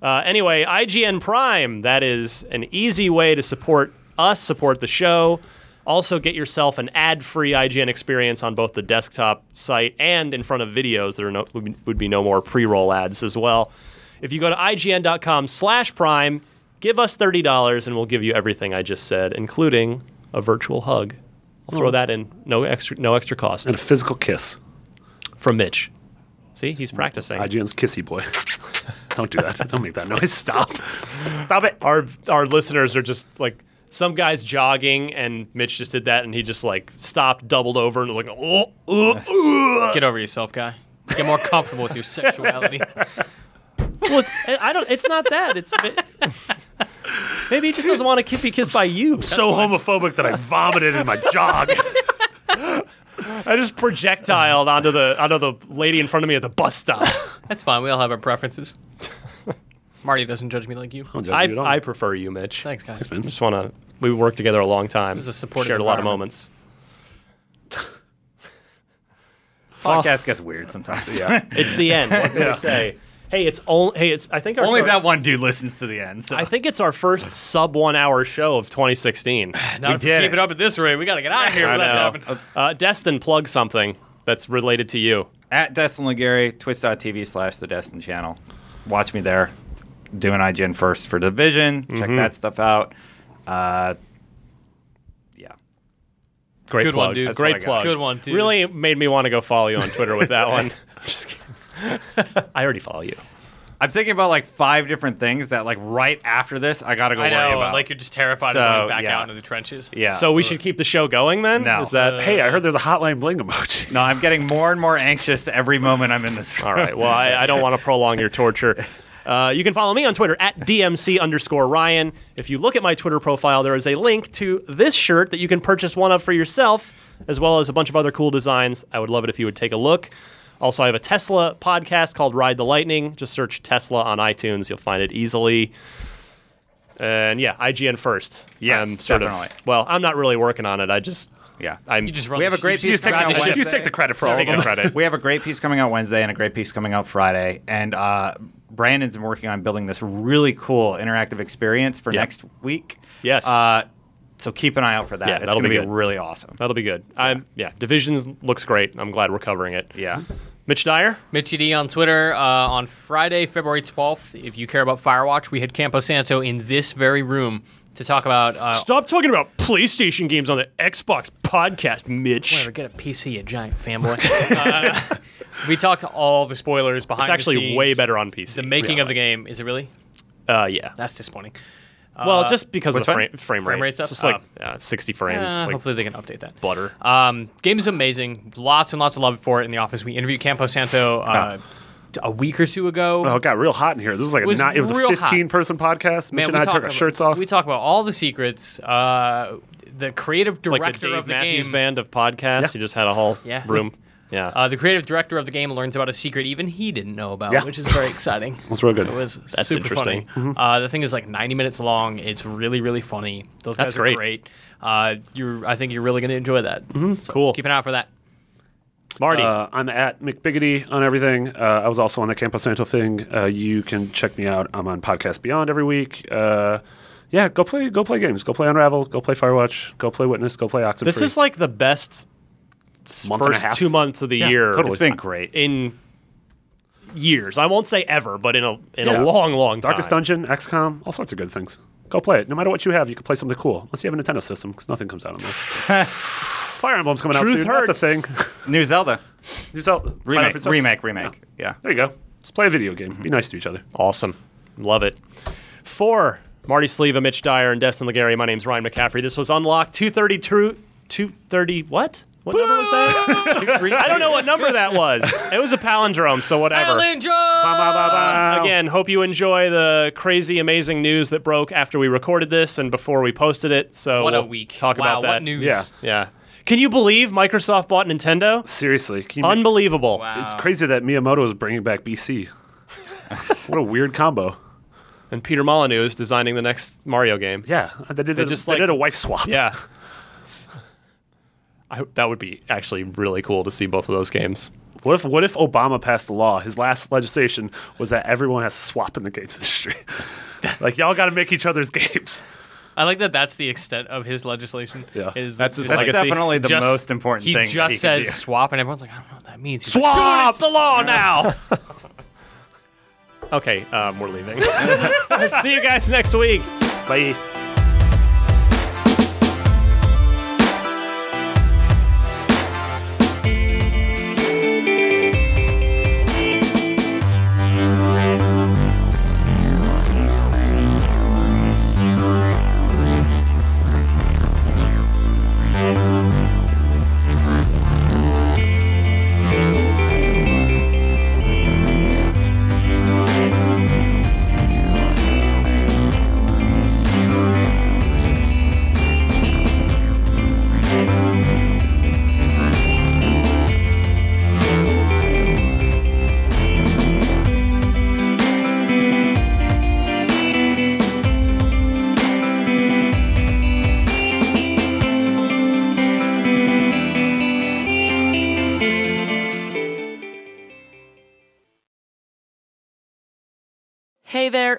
Speaker 4: Uh, anyway, IGN Prime, that is an easy way to support us, support the show. Also, get yourself an ad free IGN experience on both the desktop site and in front of videos. There are no, would be- would be no more pre roll ads as well. If you go to ign.com slash prime, give us $30 and we'll give you everything I just said, including a virtual hug. I'll throw that in, no extra, no extra cost
Speaker 6: And a physical kiss.
Speaker 4: from Mitch. See, he's practicing.
Speaker 6: IGN's kissy boy. Don't do that. Don't make that noise. Stop. Stop it.
Speaker 4: our our listeners are just like some guy's jogging and Mitch just did that and he just like stopped, doubled over and was like oh, oh, oh."
Speaker 5: Get over yourself, guy. Get more comfortable with your sexuality.
Speaker 4: Well, it's, I don't. It's not that. It's maybe he just doesn't want to be kissed by you.
Speaker 6: So homophobic that I vomited in my jog.
Speaker 4: I just projectiled onto the onto the lady in front of me at the bus stop.
Speaker 5: That's fine. We all have our preferences. Marty doesn't judge me like you.
Speaker 6: Don't judge
Speaker 4: I,
Speaker 6: you at all.
Speaker 4: I prefer you, Mitch.
Speaker 5: Thanks, guys.
Speaker 4: I just want to. We worked together a long time.
Speaker 5: is a supportive
Speaker 4: Shared a lot of
Speaker 5: environment.
Speaker 4: moments.
Speaker 7: Podcast gets weird sometimes. Yeah.
Speaker 4: It's the end. What can we say? Hey, it's only. Hey, it's. I think our
Speaker 7: Only
Speaker 4: fir-
Speaker 7: that one dude listens to the end. So.
Speaker 4: I think it's our first sub one hour show of 2016.
Speaker 5: Not if we
Speaker 7: did
Speaker 5: keep
Speaker 7: it.
Speaker 5: it up at this rate. We got to get out of here.
Speaker 4: I
Speaker 5: for that to
Speaker 4: know.
Speaker 5: happen.
Speaker 4: Uh, Destin, plug something that's related to you.
Speaker 7: at Destin Legary, twitch.tv slash the Destin channel. Watch me there. Doing IGN first for Division. Check
Speaker 4: Mm-hmm.
Speaker 7: that stuff out. Uh, yeah.
Speaker 4: Great
Speaker 5: Good
Speaker 4: plug,
Speaker 5: one, dude. That's
Speaker 4: Great
Speaker 7: what I got.
Speaker 4: plug.
Speaker 5: Good one, dude.
Speaker 4: Really made me want to go follow you on Twitter with that one. Just kidding. I already follow you.
Speaker 7: I'm thinking about like five different things that like right after this I gotta go
Speaker 5: I
Speaker 7: worry
Speaker 5: know.
Speaker 7: about.
Speaker 5: Like you're just terrified
Speaker 7: So,
Speaker 5: of going back
Speaker 7: yeah.
Speaker 5: out into the trenches.
Speaker 7: yeah.
Speaker 4: So we should keep the show going then.
Speaker 7: No.
Speaker 4: Is
Speaker 5: Uh,
Speaker 4: that?
Speaker 6: hey, I heard there's a hotline bling emoji.
Speaker 7: no, I'm getting more and more anxious every moment I'm in this.
Speaker 4: All right. Well, I, I don't want to prolong your torture. Uh, you can follow me on Twitter at DMC underscore Ryan. If you look at my Twitter profile, there is a link to this shirt that you can purchase one of for yourself, as well as a bunch of other cool designs. I would love it if you would take a look. Also, I have a Tesla podcast called Ride the Lightning. Just search Tesla on iTunes, you'll find it easily. And yeah, IGN first.
Speaker 7: Yes,
Speaker 4: I'm sort
Speaker 7: definitely.
Speaker 4: of. Well, I'm not really working on it. I just,
Speaker 7: Yeah.
Speaker 4: I'm.
Speaker 5: You just run
Speaker 7: We have
Speaker 5: the-
Speaker 7: a great
Speaker 5: you
Speaker 7: piece
Speaker 5: just
Speaker 7: of
Speaker 5: ride
Speaker 7: technology.
Speaker 5: the
Speaker 7: Just
Speaker 5: ship.
Speaker 6: You take the credit for all of
Speaker 4: taking
Speaker 6: them.
Speaker 4: credit.
Speaker 7: we have a great piece coming out Wednesday and a great piece coming out Friday. And uh, Brandon's been working on building this really cool interactive experience for
Speaker 4: Yep.
Speaker 7: next week.
Speaker 4: Yes.
Speaker 7: Uh, so keep an eye out for that.
Speaker 4: Yeah,
Speaker 7: it's
Speaker 4: that'll
Speaker 7: gonna
Speaker 4: be
Speaker 7: be,
Speaker 4: good.
Speaker 7: really awesome.
Speaker 4: That'll be good. I'm yeah. Divisions looks great. I'm glad we're covering it.
Speaker 7: Yeah.
Speaker 4: Mitch Dyer.
Speaker 5: Mitchy D on Twitter uh, on Friday, February 12th. If you care about Firewatch, we had Campo Santo in this very room to talk about. Uh,
Speaker 4: Stop talking about PlayStation games on the Xbox podcast, Mitch.
Speaker 5: whatever, get a PC, you giant fanboy. uh, we talked all the spoilers behind.
Speaker 4: It's
Speaker 5: the
Speaker 4: actually
Speaker 5: scenes.
Speaker 4: way better on PC.
Speaker 5: The making of the game is it really?
Speaker 4: Uh, yeah.
Speaker 5: That's disappointing.
Speaker 4: well, just because of the
Speaker 7: which
Speaker 4: frame,
Speaker 7: one?
Speaker 4: frame,
Speaker 5: Frame
Speaker 4: rate.
Speaker 5: rate's up?
Speaker 4: It's just like
Speaker 5: Oh.
Speaker 4: yeah, 60 frames.
Speaker 5: Uh,
Speaker 4: like
Speaker 5: hopefully they can update that.
Speaker 4: butter.
Speaker 5: Um, game is amazing. Lots and lots of love for it in the office. We interviewed Campo Santo. Uh,
Speaker 4: Ah.
Speaker 5: a week or two ago.
Speaker 6: Oh, it got real hot in here. This was like
Speaker 5: It was
Speaker 6: a not, it was a
Speaker 5: real hot.
Speaker 6: 15 person podcast. Mitch and I
Speaker 5: talk
Speaker 6: took our
Speaker 5: about-
Speaker 6: shirts off.
Speaker 5: We talk about all the secrets. Uh, the creative director
Speaker 4: like the Dave
Speaker 5: of the
Speaker 4: Matthews
Speaker 5: game.
Speaker 4: Band of podcasts. You just had a whole
Speaker 5: Yeah.
Speaker 4: room. Yeah.
Speaker 5: Uh, the creative director of the game learns about a secret even he didn't know about,
Speaker 6: Yeah.
Speaker 5: which is very exciting.
Speaker 6: It was real good.
Speaker 5: It was
Speaker 4: That's
Speaker 5: super
Speaker 4: interesting.
Speaker 5: funny. Uh, the thing is like 90 minutes long. It's really really funny. Those
Speaker 4: That's
Speaker 5: guys are
Speaker 4: great. Mm-hmm.
Speaker 5: great. Uh, you're I think you're really going to enjoy that. So
Speaker 4: Cool.
Speaker 5: Keep an eye out for that.
Speaker 4: Marty.
Speaker 6: Uh, I'm at McBiggity on everything. Uh, I was also on the Campo Santo thing. Uh, you can check me out. I'm on Podcast Beyond every week. Uh, yeah, go play, go play games. Go play Unravel. Go play Firewatch. Go play Witness. Go play Oxenfree.
Speaker 4: this is like the best
Speaker 6: Month and a
Speaker 4: first
Speaker 6: half.
Speaker 4: two months of the
Speaker 6: Yeah,
Speaker 4: year.
Speaker 6: totally.
Speaker 7: It's been great.
Speaker 4: in years. I won't say ever, but in a in
Speaker 6: Yeah.
Speaker 4: a long, long time.
Speaker 6: Darkest Dungeon, XCOM, all sorts of good things. Go play it. No matter what you have, you can play something cool. Unless you have a Nintendo system, because nothing comes out on there. Fire Emblem's coming
Speaker 4: Truth
Speaker 6: out soon.
Speaker 4: hurts.
Speaker 6: That's a thing.
Speaker 7: New Zelda
Speaker 6: New Zelda. Twilight
Speaker 7: remake,
Speaker 6: Princess.
Speaker 7: remake, remake. Yeah.
Speaker 6: There you go. Just play a video game. Be nice to each other.
Speaker 4: Awesome. Love it. For Marty Sleva, Mitch Dyer, and Destin Legary, my name's Ryan McCaffrey. This was Unlocked 232. 230. What? What number was that? I don't know what number that was. It was a palindrome, so whatever.
Speaker 6: Bow, bow, bow, bow.
Speaker 4: Um, Again, hope you enjoy the crazy, amazing news that broke after we recorded this and before we posted it. So
Speaker 5: What a
Speaker 4: we'll
Speaker 5: week.
Speaker 4: Talk
Speaker 5: wow,
Speaker 4: about that.
Speaker 5: What news?
Speaker 6: Yeah.
Speaker 4: Yeah. Can you believe Microsoft bought Nintendo?
Speaker 6: Seriously. Can you
Speaker 4: Unbelievable.
Speaker 6: It's crazy that Miyamoto is bringing back BC. what a weird combo.
Speaker 4: And Peter Molyneux is designing the next Mario game.
Speaker 6: Yeah, they did, a,
Speaker 4: just,
Speaker 6: they
Speaker 4: like-
Speaker 6: did a wife swap.
Speaker 4: Yeah. I, that would be actually really cool to see both of those games.
Speaker 6: What if what if Obama passed a law? His last legislation was that everyone has to swap in the games industry. like y'all got to make each other's games.
Speaker 5: I like that. That's the extent of his legislation.
Speaker 6: Yeah.
Speaker 5: is,
Speaker 4: That's his
Speaker 5: is
Speaker 7: That's
Speaker 4: legacy.
Speaker 7: definitely the
Speaker 5: just-
Speaker 7: most important
Speaker 5: He
Speaker 7: thing. that
Speaker 5: just
Speaker 7: he could
Speaker 5: says
Speaker 7: do.
Speaker 5: swap, and everyone's like, I don't know what that means. He's
Speaker 4: Swap!
Speaker 5: Like, Dude, it's the law now.
Speaker 4: Okay, um, we're leaving. see you guys next week. Bye.
Speaker 3: Hey there,